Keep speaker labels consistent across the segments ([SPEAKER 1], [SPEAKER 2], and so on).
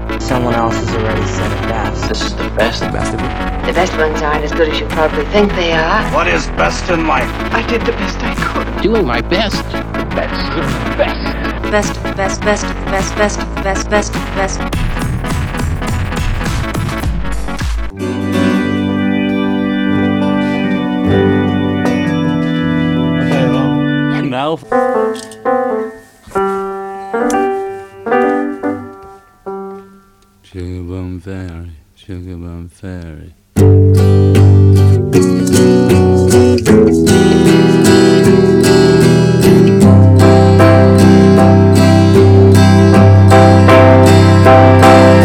[SPEAKER 1] else has already said it best.
[SPEAKER 2] This is the best. The best of it.
[SPEAKER 3] The best ones aren't as good as you probably think they are.
[SPEAKER 4] What is best in life?
[SPEAKER 5] I did the best I could.
[SPEAKER 2] Doing my best. The best. The best.
[SPEAKER 6] best, best, best, best, best, best, best, best.
[SPEAKER 7] No. Sugar Bum Fairy, Sugar Bum Fairy.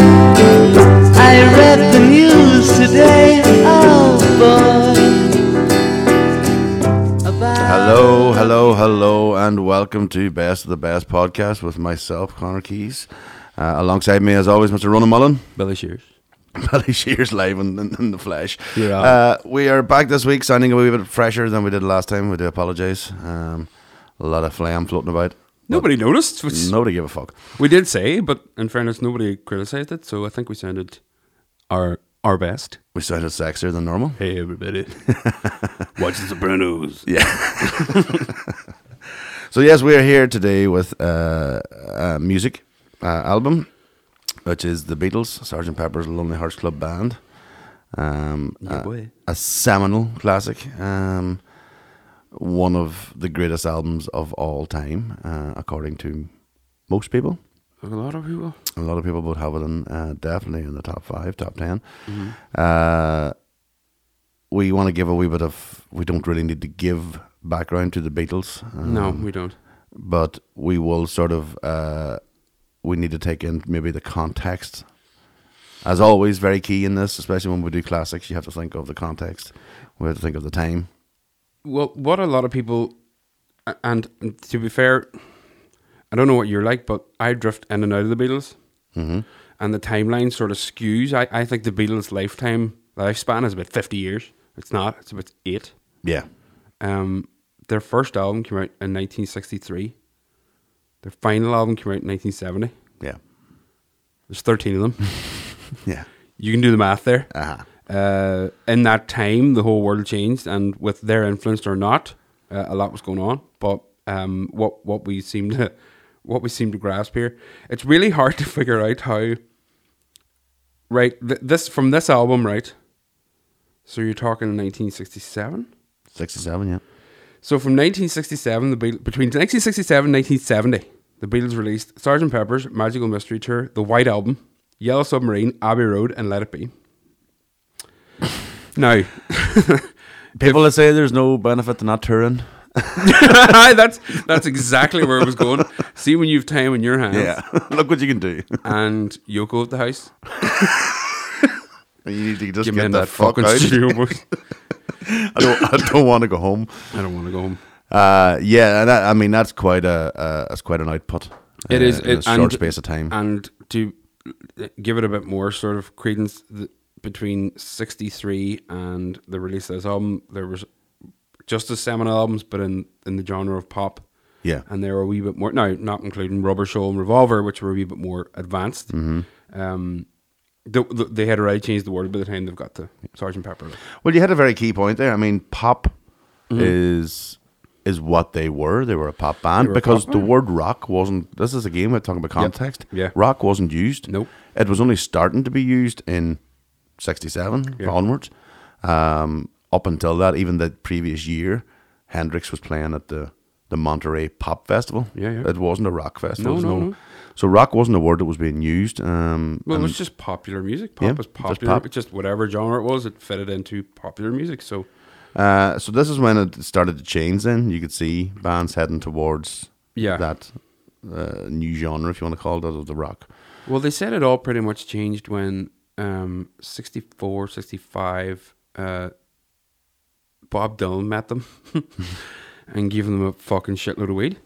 [SPEAKER 8] I read the news today. Oh boy. About
[SPEAKER 9] Hello, hello, hello, and welcome to Best of the Best podcast with myself, Connor Keys. Uh, alongside me, as always, Mr. Ronan Mullen,
[SPEAKER 2] Billy Shears.
[SPEAKER 9] Billy Shears live in, in, in the flesh.
[SPEAKER 2] You're on.
[SPEAKER 9] Uh, we are back this week, sounding a wee bit fresher than we did last time. We do apologise. Um, a lot of flam floating about.
[SPEAKER 7] Nobody noticed. Which
[SPEAKER 9] Nobody give a fuck.
[SPEAKER 7] We did say, but in fairness, nobody criticised it, so I think we sounded our our best.
[SPEAKER 9] We sounded sexier than normal.
[SPEAKER 7] Hey, everybody. Watch The Sopranos.
[SPEAKER 9] So yes, we are here today with uh, a music uh, album, which is the Beatles, Sergeant Pepper's Lonely Hearts Club Band. Um,
[SPEAKER 7] Yeah,
[SPEAKER 9] a-
[SPEAKER 7] boy.
[SPEAKER 9] a seminal classic, um, one of the greatest albums of all time, uh, according to most people.
[SPEAKER 7] A lot of people.
[SPEAKER 9] A lot of people would have it in uh, definitely in the top five, top 10 Uh, we want to give a wee bit of. We don't really need to give background to the Beatles.
[SPEAKER 7] no,
[SPEAKER 9] um,
[SPEAKER 7] we don't.
[SPEAKER 9] but we will sort of uh, we need to take in maybe the context. As always, very key in this, especially when we do classics, you have to think of the context. We have to think of the time.
[SPEAKER 7] Well, what a lot of people, a- and to be fair, I don't know what you're like, but I drift in and out of the Beatles, mm-hmm. and the timeline sort of skews. I, I think the Beatles' lifetime lifespan is about fifty years. It's not. It's about eight.
[SPEAKER 9] Yeah,
[SPEAKER 7] Um, their first album came out in 1963. Their final album came out in 1970.
[SPEAKER 9] yeah,
[SPEAKER 7] There's 13 of them.
[SPEAKER 9] yeah,
[SPEAKER 7] you can do the math there.
[SPEAKER 9] Uh-huh.
[SPEAKER 7] Uh, in that time, the whole world changed, and with their influence or not, uh, a lot was going on. But um, what what we seem to what we seem to grasp here, it's really hard to figure out how. Right, th- this from this album, right? So you're talking 1967.
[SPEAKER 9] sixty-seven. Yeah,
[SPEAKER 7] So from 1967, the Beatles, between 1967 and 1970, the Beatles released Sgt. Pepper's Magical Mystery Tour, The White Album, Yellow Submarine, Abbey Road, and Let It Be. now,
[SPEAKER 9] people that say there's no benefit to not touring.
[SPEAKER 7] that's that's exactly where it was going. See when you've time in your hands
[SPEAKER 9] look what you can do.
[SPEAKER 7] and Yoko at the house.
[SPEAKER 9] You need to just
[SPEAKER 7] Give me
[SPEAKER 9] get
[SPEAKER 7] in
[SPEAKER 9] the
[SPEAKER 7] that
[SPEAKER 9] fuck
[SPEAKER 7] fucking
[SPEAKER 9] out.
[SPEAKER 7] studio, boys.
[SPEAKER 9] I don't, I don't want to go home.
[SPEAKER 7] I don't want to go home.
[SPEAKER 9] Uh, yeah, and that, I mean that's quite a uh, that's quite an output.
[SPEAKER 7] It
[SPEAKER 9] uh,
[SPEAKER 7] is
[SPEAKER 9] in a
[SPEAKER 7] it-
[SPEAKER 9] short
[SPEAKER 7] and-
[SPEAKER 9] space of time.
[SPEAKER 7] And to give it a bit more sort of credence, th between '63 and the release of this album, there was just as seminal albums, but in in the genre of pop.
[SPEAKER 9] Yeah.
[SPEAKER 7] and they were a wee bit more now, not including Rubber Soul and Revolver, which were a wee bit more advanced.
[SPEAKER 9] Mm-hmm.
[SPEAKER 7] Um, th th- they had already changed the word by the time they've got to Sergeant Pepper.
[SPEAKER 9] Well, you had a very key point there. I mean, pop is is what they were. They were a pop band
[SPEAKER 7] were a
[SPEAKER 9] because
[SPEAKER 7] pop
[SPEAKER 9] the word rock wasn't. This is a game we're talking about context.
[SPEAKER 7] Yeah.
[SPEAKER 9] rock wasn't used.
[SPEAKER 7] Nope.
[SPEAKER 9] it was only starting to be used in '67
[SPEAKER 7] Yeah.
[SPEAKER 9] onwards. Um, up until that, even the previous year, Hendrix was playing at the the Monterey Pop Festival.
[SPEAKER 7] Yeah, yeah.
[SPEAKER 9] It wasn't a rock festival.
[SPEAKER 7] No,
[SPEAKER 9] There was
[SPEAKER 7] no, no.
[SPEAKER 9] So rock wasn't a word that was being used. Um,
[SPEAKER 7] Well, it
[SPEAKER 9] and-
[SPEAKER 7] was just popular music. Pop
[SPEAKER 9] Yeah,
[SPEAKER 7] was
[SPEAKER 9] just
[SPEAKER 7] popular.
[SPEAKER 9] pop.
[SPEAKER 7] Just whatever genre it was, it fitted into popular music. So
[SPEAKER 9] Uh, so this is when it started to change. Then you could see bands heading towards
[SPEAKER 7] Yeah.
[SPEAKER 9] that uh, new genre, if you want to call it, that, of the rock.
[SPEAKER 7] Well, they said it all pretty much changed when um, 64, 65, uh, Bob Dylan met them and gave them a fucking shitload of weed.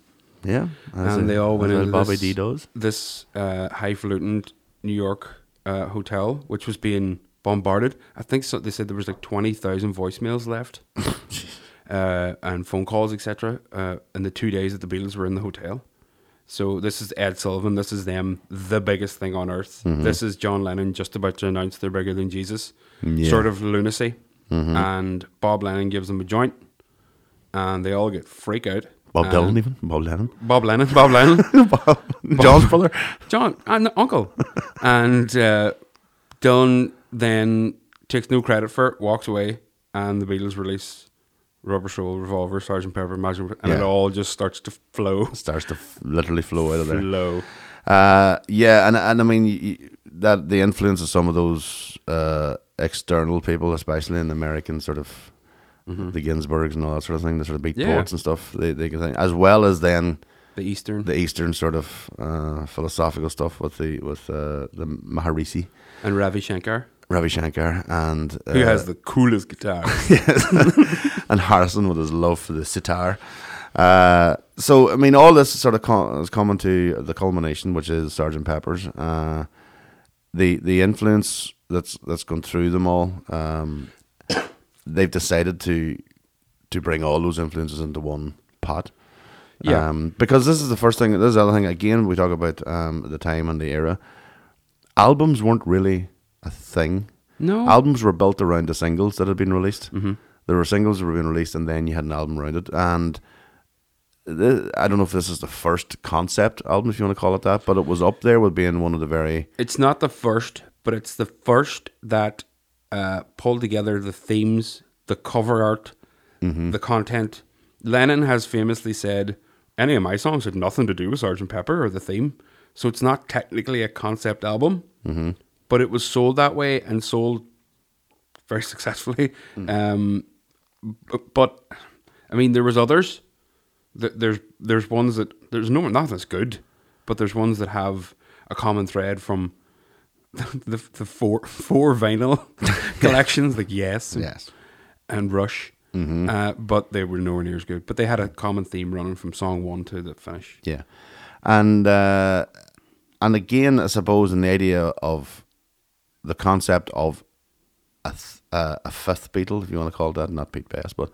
[SPEAKER 9] Yeah, as
[SPEAKER 7] and
[SPEAKER 9] a-
[SPEAKER 7] they all went
[SPEAKER 9] as a
[SPEAKER 7] into
[SPEAKER 9] Bobby
[SPEAKER 7] this,
[SPEAKER 9] D does.
[SPEAKER 7] this uh, highfalutin New York uh, hotel, which was being bombarded. I think so, they said there was like 20,000 voicemails left uh, and phone calls, etc. Uh, in the two days that the Beatles were in the hotel. So this is Ed Sullivan. This is them, the biggest thing on earth.
[SPEAKER 9] Mm-hmm.
[SPEAKER 7] This is John Lennon just about to announce they're bigger than Jesus.
[SPEAKER 9] Yeah. Mm-hmm.
[SPEAKER 7] Sort of lunacy. And Bob Lennon gives them a joint, and they all get freak out.
[SPEAKER 9] Bob
[SPEAKER 7] And-
[SPEAKER 9] Dylan, even Bob Lennon,
[SPEAKER 7] Bob Lennon. Bob Lennon.
[SPEAKER 9] John's brother.
[SPEAKER 7] John and uncle. And uh, Dylan then takes no credit for it, walks away, and the Beatles release Rubber Soul, Revolver, Sergeant Pepper, Imagine, and it
[SPEAKER 9] Yeah.
[SPEAKER 7] all just starts to flow.
[SPEAKER 9] Starts to f- literally flow out of there.
[SPEAKER 7] Flow.
[SPEAKER 9] Uh, yeah, and and I mean y y- that the influence of some of those uh, external people, especially in the American sort of the Ginsburgs and all that sort of thing, the sort of beat
[SPEAKER 7] Mm-hmm. Yeah.
[SPEAKER 9] poets and stuff, they they can think, as well as then
[SPEAKER 7] The Eastern.
[SPEAKER 9] the Eastern sort of uh, philosophical stuff with the with uh, the Maharishi,
[SPEAKER 7] and Ravi Shankar,
[SPEAKER 9] Ravi Shankar, and uh,
[SPEAKER 7] who has the coolest guitar.
[SPEAKER 9] and Harrison with his love for the sitar. Uh, so I mean, all this sort of co- is coming to the culmination, which is Sergeant Pepper's. Uh, the the influence that's that's gone through them all. Um, they've decided to to bring all those influences into one pot.
[SPEAKER 7] Yeah.
[SPEAKER 9] Um, because this is the first thing. This is the other thing. Again, we talk about um, the time and the era. Albums weren't really a thing.
[SPEAKER 7] No.
[SPEAKER 9] Albums were built around the singles that had been released. There were singles that were being released, and then you had an album around it. And th- I don't know if this is the first concept album, if you want to call it that, but it was up there with being one of the very
[SPEAKER 7] it's not the first, but it's the first that uh, pulled together the themes, the cover art, the content. Lennon has famously said, "Any of my songs had nothing to do with Sgt. Pepper or the theme, so it's not technically a concept album, mm-hmm. but it was sold that way and sold very successfully." Um, b- but I mean, there was others. Th- There's there's ones that there's no nothing that's good, but there's ones that have a common thread from the the four four vinyl collections like yes and,
[SPEAKER 9] Yes.
[SPEAKER 7] and Rush, uh, but they were nowhere near as good. But they had a common theme running from song one to the finish.
[SPEAKER 9] yeah. And uh, and again, I suppose, in the idea of the concept of a th- uh, a fifth Beatle, if you want to call it that, not Pete Best, but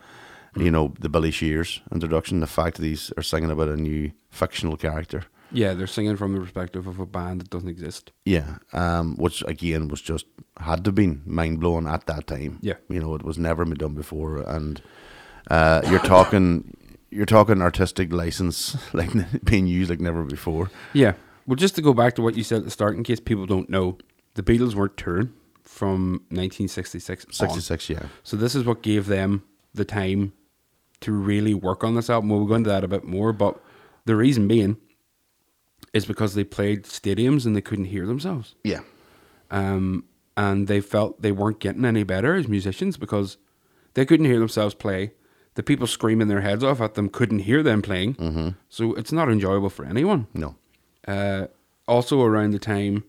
[SPEAKER 9] you know the Billy Shears introduction, the fact that these are singing about a new fictional character.
[SPEAKER 7] Yeah, they're singing from the perspective of a band that doesn't exist.
[SPEAKER 9] Yeah, um, which again was just had to been mind blowing at that time.
[SPEAKER 7] Yeah.
[SPEAKER 9] you know it was never been done before, and uh, you're talking you're talking artistic license like being used like never before.
[SPEAKER 7] Yeah. Well, just to go back to what you said at the start, in case people don't know, the Beatles weren't touring from 1966. on.
[SPEAKER 9] Sixty six, yeah,
[SPEAKER 7] So this is what gave them the time to really work on this album. We'll go into that a bit more, but the reason being is because they played stadiums and they couldn't hear themselves.
[SPEAKER 9] yeah,
[SPEAKER 7] Um, and they felt they weren't getting any better as musicians because they couldn't hear themselves play. The people screaming their heads off at them couldn't hear them playing. Mm-hmm. So it's not enjoyable for anyone.
[SPEAKER 9] no,
[SPEAKER 7] Uh, also, around the time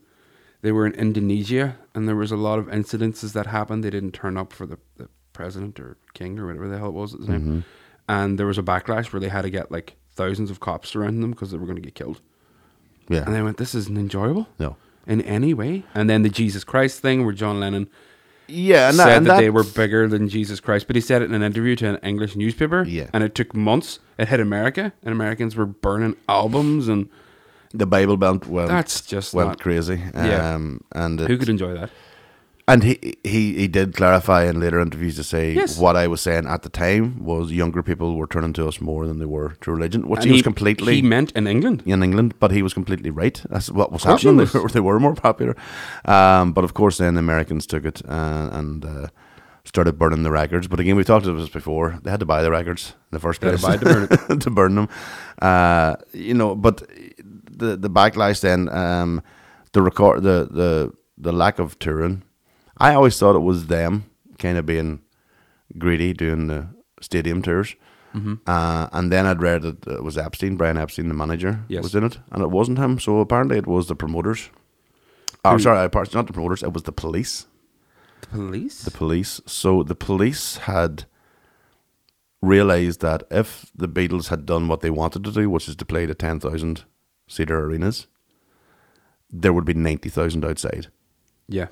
[SPEAKER 7] they were in Indonesia, and there was a lot of incidences that happened. They didn't turn up for the, the president or king or whatever the hell it was at the time,
[SPEAKER 9] Mm-hmm.
[SPEAKER 7] and there was a backlash where they had to get like thousands of cops surrounding them because they were going to get killed.
[SPEAKER 9] yeah,
[SPEAKER 7] And they went, "This isn't enjoyable,
[SPEAKER 9] No.
[SPEAKER 7] in any way." And then the Jesus Christ thing, where John Lennon
[SPEAKER 9] yeah, and
[SPEAKER 7] said
[SPEAKER 9] that, and
[SPEAKER 7] that they were
[SPEAKER 9] that's-
[SPEAKER 7] bigger than Jesus Christ, but he said it in an interview to an English newspaper.
[SPEAKER 9] Yeah.
[SPEAKER 7] and it took months. It hit America, and Americans were burning albums, and
[SPEAKER 9] the Bible Belt went
[SPEAKER 7] That's just
[SPEAKER 9] went
[SPEAKER 7] not-
[SPEAKER 9] crazy.
[SPEAKER 7] Yeah.
[SPEAKER 9] Um, and it,
[SPEAKER 7] who could enjoy that?
[SPEAKER 9] And he, he he did clarify in later interviews to say
[SPEAKER 7] Yes.
[SPEAKER 9] what I was saying at the time was younger people were turning to us more than they were to religion, which
[SPEAKER 7] And
[SPEAKER 9] he, was completely
[SPEAKER 7] he meant in England.
[SPEAKER 9] in England, but he was completely right. That's what was
[SPEAKER 7] course he
[SPEAKER 9] happening.
[SPEAKER 7] was.
[SPEAKER 9] They, were, they were more popular, um, but of course then the Americans took it uh, and uh, started burning the records. But again, we've talked about this before. They had to buy the records in the first
[SPEAKER 7] They had
[SPEAKER 9] place
[SPEAKER 7] to buy it to
[SPEAKER 9] to burn them. Uh, you know, but the the backlash then, um, the record, the the the lack of touring. I always thought it was them kind of being greedy doing the stadium tours. Uh, and then I'd read that it was Epstein, Brian Epstein, the manager,
[SPEAKER 7] Yes.
[SPEAKER 9] was in it, and it wasn't him. So apparently, it was the promoters. Oh, sorry, apart- not the promoters. It was the police.
[SPEAKER 7] The police?
[SPEAKER 9] The police. So the police had realized that if the Beatles had done what they wanted to do, which is to play the ten thousand seater arenas, there would be ninety thousand outside
[SPEAKER 7] yeah.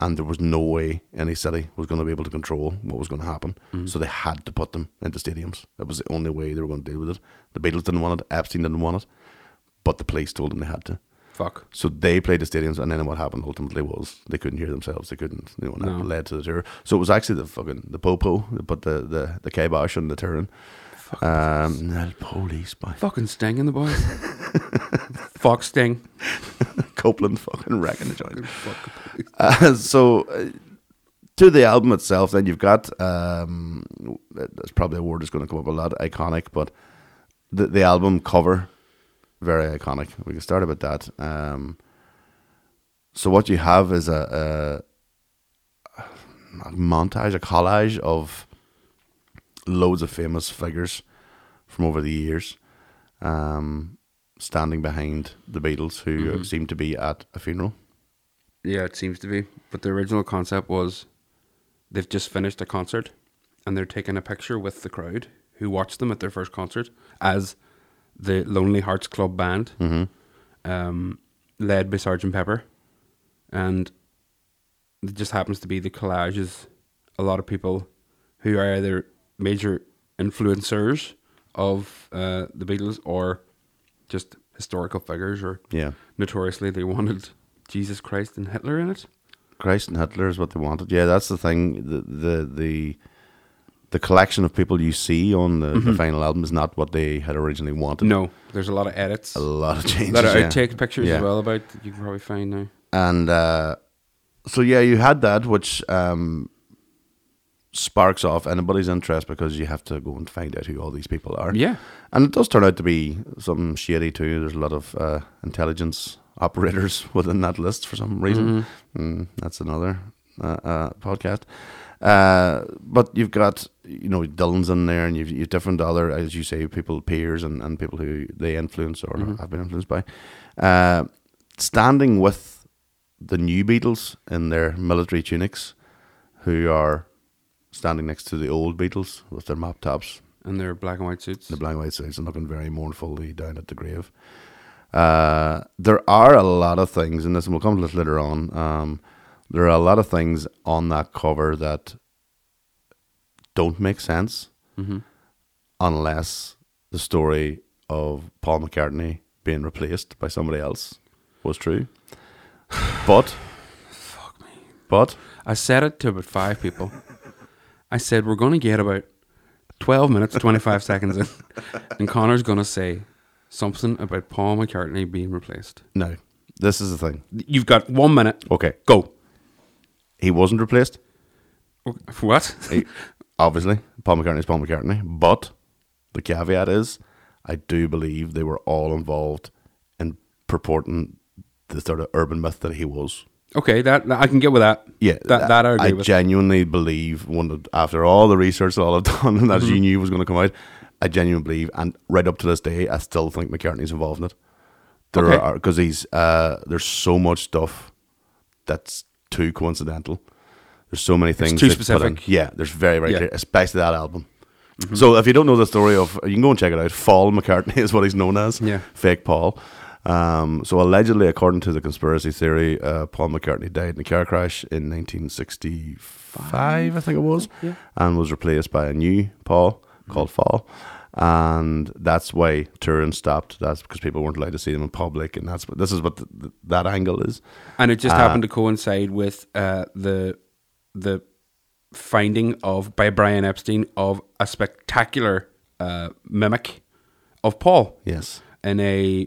[SPEAKER 9] and there was no way any city was going to be able to control what was going to happen. So they had to put them into stadiums. That was the only way they were going to deal with it. The Beatles didn't want it. Epstein didn't want it. but the police told them they had to.
[SPEAKER 7] Fuck.
[SPEAKER 9] So they played the stadiums, and then what happened ultimately was they couldn't hear themselves. They couldn't, you know, and that
[SPEAKER 7] No.
[SPEAKER 9] led to the tour. So it was actually the fucking the popo, but the the the kibosh and the Turin. Um, the police by
[SPEAKER 7] Fucking Sting in the boys. Fuck Sting.
[SPEAKER 9] Copeland fucking wrecking the joint. Uh, so uh, to the album itself, then you've got um, that's probably a word that's going to come up a lot, iconic, but the the album cover very iconic. We can start about that. Um, so what you have is a, a, a montage, a collage of loads of famous figures from over the years, um, standing behind the Beatles, who
[SPEAKER 7] Mm-hmm.
[SPEAKER 9] seem to be at a funeral.
[SPEAKER 7] Yeah, it seems to be. But the original concept was they've just finished a concert and they're taking a picture with the crowd who watched them at their first concert as the Lonely Hearts Club Band,
[SPEAKER 9] Mm-hmm.
[SPEAKER 7] um, led by Sergeant Pepper. And it just happens to be the collage is a lot of people who are either major influencers of uh, the Beatles or just historical figures or
[SPEAKER 9] Yeah.
[SPEAKER 7] notoriously they wanted Jesus Christ and Hitler in it.
[SPEAKER 9] Christ and Hitler is what they wanted. Yeah, that's the thing. The the the, the collection of people you see on the, the final album is not what they had originally wanted.
[SPEAKER 7] Mm-hmm. No, there's a lot of edits,
[SPEAKER 9] a
[SPEAKER 7] a
[SPEAKER 9] lot of changes.
[SPEAKER 7] lot of
[SPEAKER 9] yeah.
[SPEAKER 7] outtake pictures
[SPEAKER 9] Yeah.
[SPEAKER 7] as well about that you can probably find now.
[SPEAKER 9] And uh, so yeah, you had that, which um, sparks off anybody's interest because you have to go and find out who all these people are.
[SPEAKER 7] Yeah.
[SPEAKER 9] and it does turn out to be something shady too. There's a lot of uh, intelligence operators within that list for some reason. Mm, that's another uh, uh, podcast. Uh, but you've got you know Dylan's in there, and you've, you've different other, as you say, people peers and, and people who they influence or have been influenced by. Uh, standing with the new Beatles in their military tunics, who are standing next to the old Beatles with their mop tops,
[SPEAKER 7] And their black and white suits.
[SPEAKER 9] the blank white suits and looking very mournfully down at the grave. Uh, there are a lot of things in this, and we'll come to this later on. Um, there are a lot of things on that cover that don't make sense unless the story of Paul McCartney being replaced by somebody else was true. But, but
[SPEAKER 7] I said it to about five people. I said, we're going to get about 12 minutes, 25 seconds in, and Connor's going to say something about Paul McCartney being replaced.
[SPEAKER 9] no, this is the thing.
[SPEAKER 7] You've got one minute.
[SPEAKER 9] Okay,
[SPEAKER 7] Go.
[SPEAKER 9] he wasn't replaced.
[SPEAKER 7] What?
[SPEAKER 9] He- obviously, Paul McCartney is Paul McCartney, but the caveat is, I do believe they were all involved in purporting the sort of urban myth that he was.
[SPEAKER 7] Okay, that, that- I can get with that.
[SPEAKER 9] Yeah,
[SPEAKER 7] that, that I agree with.
[SPEAKER 9] genuinely believe one of- after all the research that I've done and that
[SPEAKER 7] Mm-hmm.
[SPEAKER 9] you knew was going to come out, I genuinely believe, and right up to this day, I still think McCartney's involved in it. There
[SPEAKER 7] Okay.
[SPEAKER 9] are because he's uh, there's so much stuff that's too coincidental. There's so many things
[SPEAKER 7] too
[SPEAKER 9] they've put in.
[SPEAKER 7] specific.
[SPEAKER 9] Yeah, there's very very
[SPEAKER 7] Yeah. Mm-hmm.
[SPEAKER 9] clear, especially that album. So if you don't know the story of, you can go and check it out. Fall McCartney is what he's known as.
[SPEAKER 7] Yeah.
[SPEAKER 9] fake Paul. Um, so allegedly, according to the conspiracy theory, uh, Paul McCartney died in a car crash in 1965, I think it was, and was replaced by a new Paul called Fall. And that's why touring stopped. That's because people weren't allowed to see them in public, and that's what this is what th th- that angle is.
[SPEAKER 7] and it just happened to coincide with uh, the the finding of by Brian Epstein of a spectacular uh, mimic of Paul
[SPEAKER 9] Yes,
[SPEAKER 7] in a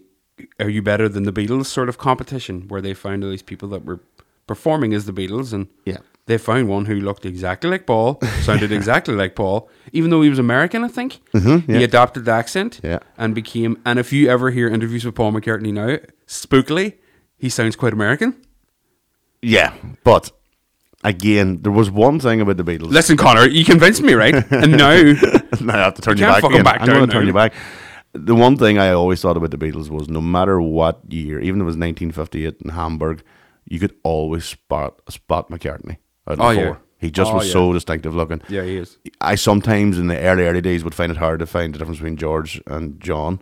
[SPEAKER 7] "Are you better than the Beatles?" sort of competition where they found all these people that were performing as the Beatles, and
[SPEAKER 9] Yeah.
[SPEAKER 7] they found one who looked exactly like Paul, sounded exactly like Paul, even though he was American. I think
[SPEAKER 9] Mm-hmm, yeah.
[SPEAKER 7] he adopted the accent,
[SPEAKER 9] Yeah.
[SPEAKER 7] and became. And if you ever hear interviews with Paul McCartney now, spookily, he sounds quite American.
[SPEAKER 9] yeah, but again, there was one thing about the Beatles.
[SPEAKER 7] Listen, Connor, you convinced me, right? And now,
[SPEAKER 9] now I have to turn you,
[SPEAKER 7] can't
[SPEAKER 9] back.
[SPEAKER 7] fucking
[SPEAKER 9] again.
[SPEAKER 7] back
[SPEAKER 9] I'm going
[SPEAKER 7] down
[SPEAKER 9] to turn
[SPEAKER 7] now.
[SPEAKER 9] you back. The one thing I always thought about the Beatles was no matter what year, even if it was 1958 in Hamburg, you could always spot spot McCartney out of the
[SPEAKER 7] Oh, yeah.
[SPEAKER 9] four. He just
[SPEAKER 7] Oh,
[SPEAKER 9] was
[SPEAKER 7] yeah.
[SPEAKER 9] so distinctive looking.
[SPEAKER 7] yeah, he is.
[SPEAKER 9] I sometimes in the early early days would find it hard to find the difference between George and John.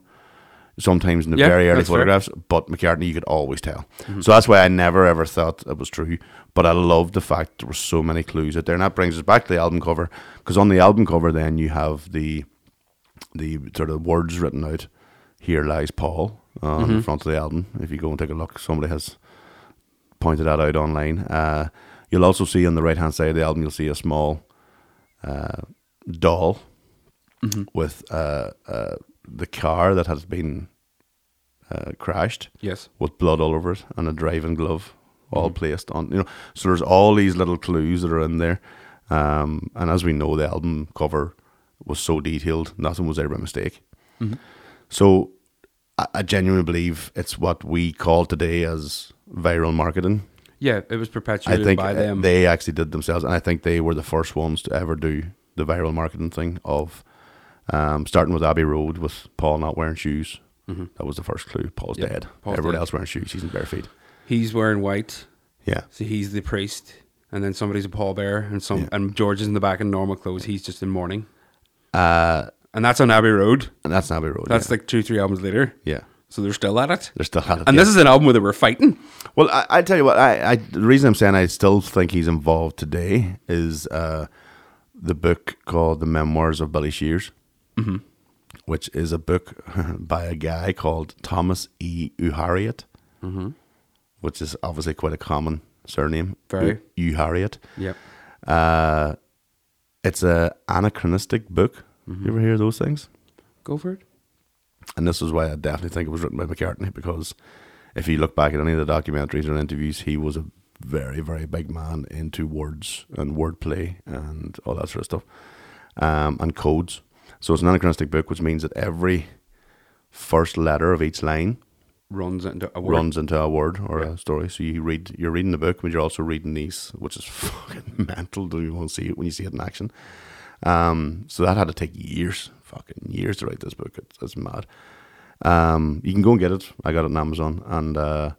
[SPEAKER 9] Sometimes in the
[SPEAKER 7] Yeah,
[SPEAKER 9] very early
[SPEAKER 7] that's fair. Mm-hmm.
[SPEAKER 9] photographs, but McCartney you could always tell. So that's why I never ever thought it was true. But I love the fact there were so many clues out there, and that brings us back to the album cover because on the album cover then you have the the sort of words written out. Here lies Paul on
[SPEAKER 7] Mm-hmm.
[SPEAKER 9] the front of the album. If you go and take a look, somebody has pointed that out online. Uh, you'll also see on the right hand side of the album, you'll see a small uh, doll with uh, uh, the car that has been uh, crashed
[SPEAKER 7] Yes.
[SPEAKER 9] with blood all over it and a driving glove all placed on you know so there's all these little clues that are in there um, and as we know the album cover was so detailed nothing was there by mistake so I, I genuinely believe it's what we call today as viral marketing
[SPEAKER 7] Yeah, it was
[SPEAKER 9] I
[SPEAKER 7] perpetuated
[SPEAKER 9] think
[SPEAKER 7] by
[SPEAKER 9] uh,
[SPEAKER 7] them.
[SPEAKER 9] they actually did themselves, and I think they were the first ones to ever do the viral marketing thing of um, starting with Abbey Road with Paul not wearing shoes. That was the first clue. Paul's
[SPEAKER 7] Yep,
[SPEAKER 9] dead.
[SPEAKER 7] Mm-hmm. Paul's
[SPEAKER 9] Everyone
[SPEAKER 7] dead.
[SPEAKER 9] else wearing shoes. He's in bare feet.
[SPEAKER 7] he's wearing white,
[SPEAKER 9] Yeah.
[SPEAKER 7] so he's the priest, and then somebody's a pallbearer, and some and George is in the back in normal clothes. He's just in mourning,
[SPEAKER 9] Uh,
[SPEAKER 7] and that's on Abbey Road.
[SPEAKER 9] and that's an Abbey Road.
[SPEAKER 7] That's
[SPEAKER 9] yeah.
[SPEAKER 7] like two, three albums later.
[SPEAKER 9] yeah.
[SPEAKER 7] So they're still at it.
[SPEAKER 9] They're still at it.
[SPEAKER 7] And
[SPEAKER 9] yeah.
[SPEAKER 7] this is an album where they were fighting.
[SPEAKER 9] Well, I, I tell you what, I, I the reason I'm saying I still think he's involved today is uh, the book called The Memoirs of Billy Shears, mm-hmm. which is a book by a guy called Thomas E. Uhariot, mm-hmm. which is obviously quite a common surname.
[SPEAKER 7] Very.
[SPEAKER 9] U- Uhariot.
[SPEAKER 7] Yep.
[SPEAKER 9] Uh, it's a anachronistic book. You ever hear those things?
[SPEAKER 7] Go for it.
[SPEAKER 9] And this is why I definitely think it was written by McCartney because if you look back at any of the documentaries or interviews, he was a very, very big man into words and wordplay and all that sort of stuff um, and codes. So it's an anachronistic book, which means that every first letter of each line
[SPEAKER 7] Runs into a word.
[SPEAKER 9] runs into a word or a story. So you read, you're reading the book, but you're also reading these, which is fucking mental. Do you want to see it when you see it in action? Um, so that had to take years, fucking years to write this book. It's, it's mad. Um, you can go and get it. I got it on Amazon, and uh,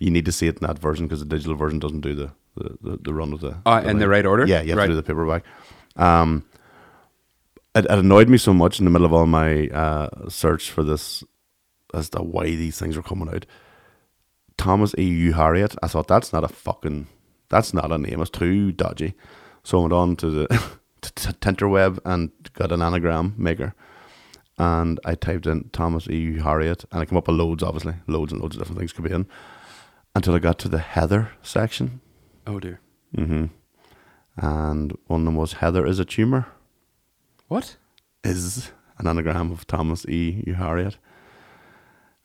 [SPEAKER 9] you need to see it in that version because the digital version doesn't do the the, the, the run of the
[SPEAKER 7] Ah, in the
[SPEAKER 9] line.
[SPEAKER 7] right order?
[SPEAKER 9] Yeah, you have
[SPEAKER 7] Right.
[SPEAKER 9] to do the paperback. Um, it, it annoyed me so much in the middle of all my uh, search for this as to why these things were coming out. Thomas E. U. Harriet. I thought that's not a fucking that's not a name. It's too dodgy. So I went on to the to t- Tinterweb and got an anagram maker, and I typed in Thomas E. U. Harriet, and I came up with loads, obviously, loads and loads of different things could be in, until I got to the Heather section,
[SPEAKER 7] Oh, dear.
[SPEAKER 9] Mm-hmm. and one of them was Heather is a tumor
[SPEAKER 7] What?
[SPEAKER 9] is an anagram of Thomas E. U. Harriet.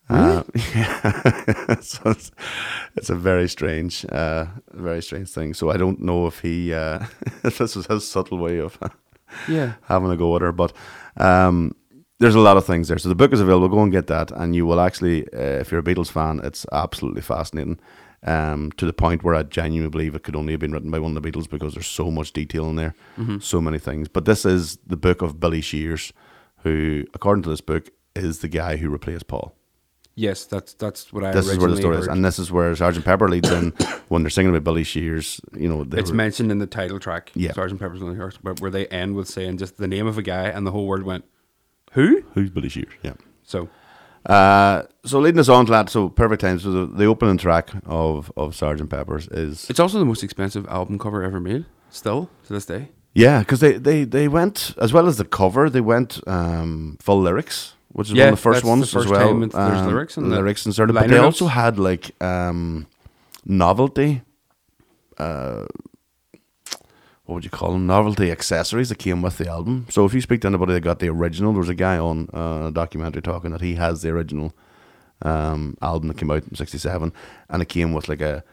[SPEAKER 9] Uh, yeah. so it's, it's a very strange, uh, very strange thing. So I don't know if he, uh, if this was his subtle way of
[SPEAKER 7] Yeah.
[SPEAKER 9] having a go at her, but um, there's a lot of things there. So the book is available. Go and get that, and you will actually, uh, if you're a Beatles fan, it's absolutely fascinating. Um, to the point where I genuinely believe it could only have been written by one of the Beatles because there's so much detail in there,
[SPEAKER 7] Mm-hmm.
[SPEAKER 9] so many things. But this is the book of Billy Shears, who, according to this book, is the guy who replaced Paul
[SPEAKER 7] Yes, that's that's what I
[SPEAKER 9] this is where the
[SPEAKER 7] originally
[SPEAKER 9] story is,
[SPEAKER 7] heard.
[SPEAKER 9] and this is where Sergeant Pepper leads in when they're singing about Billy Shears. You know, they
[SPEAKER 7] it's
[SPEAKER 9] were-
[SPEAKER 7] mentioned in the title track,
[SPEAKER 9] Yeah.
[SPEAKER 7] Sergeant Pepper's Lonely Hearts, but where they end with saying just the name of a guy, and the whole world went, "Who?"
[SPEAKER 9] who's Billy Shears? Yeah.
[SPEAKER 7] So
[SPEAKER 9] Uh, so leading us on to that, so perfect time. So the, the opening track of of Sergeant Pepper's is
[SPEAKER 7] it's also the most expensive album cover ever made, still to this day.
[SPEAKER 9] yeah, because they, they they went as well as the cover, they went um, full lyrics, which is one
[SPEAKER 7] Yeah,
[SPEAKER 9] of the first
[SPEAKER 7] that's the
[SPEAKER 9] ones
[SPEAKER 7] first
[SPEAKER 9] as well. Um,
[SPEAKER 7] time it's- there's lyrics in the
[SPEAKER 9] lyrics inserted, but
[SPEAKER 7] liner
[SPEAKER 9] they
[SPEAKER 7] notes.
[SPEAKER 9] also had like um, novelty. uh, what would you call them? Novelty accessories that came with the album. So if you speak to anybody that got the original, there was a guy on uh, a documentary talking that he has the original um, album that came out in '67, and it came with like a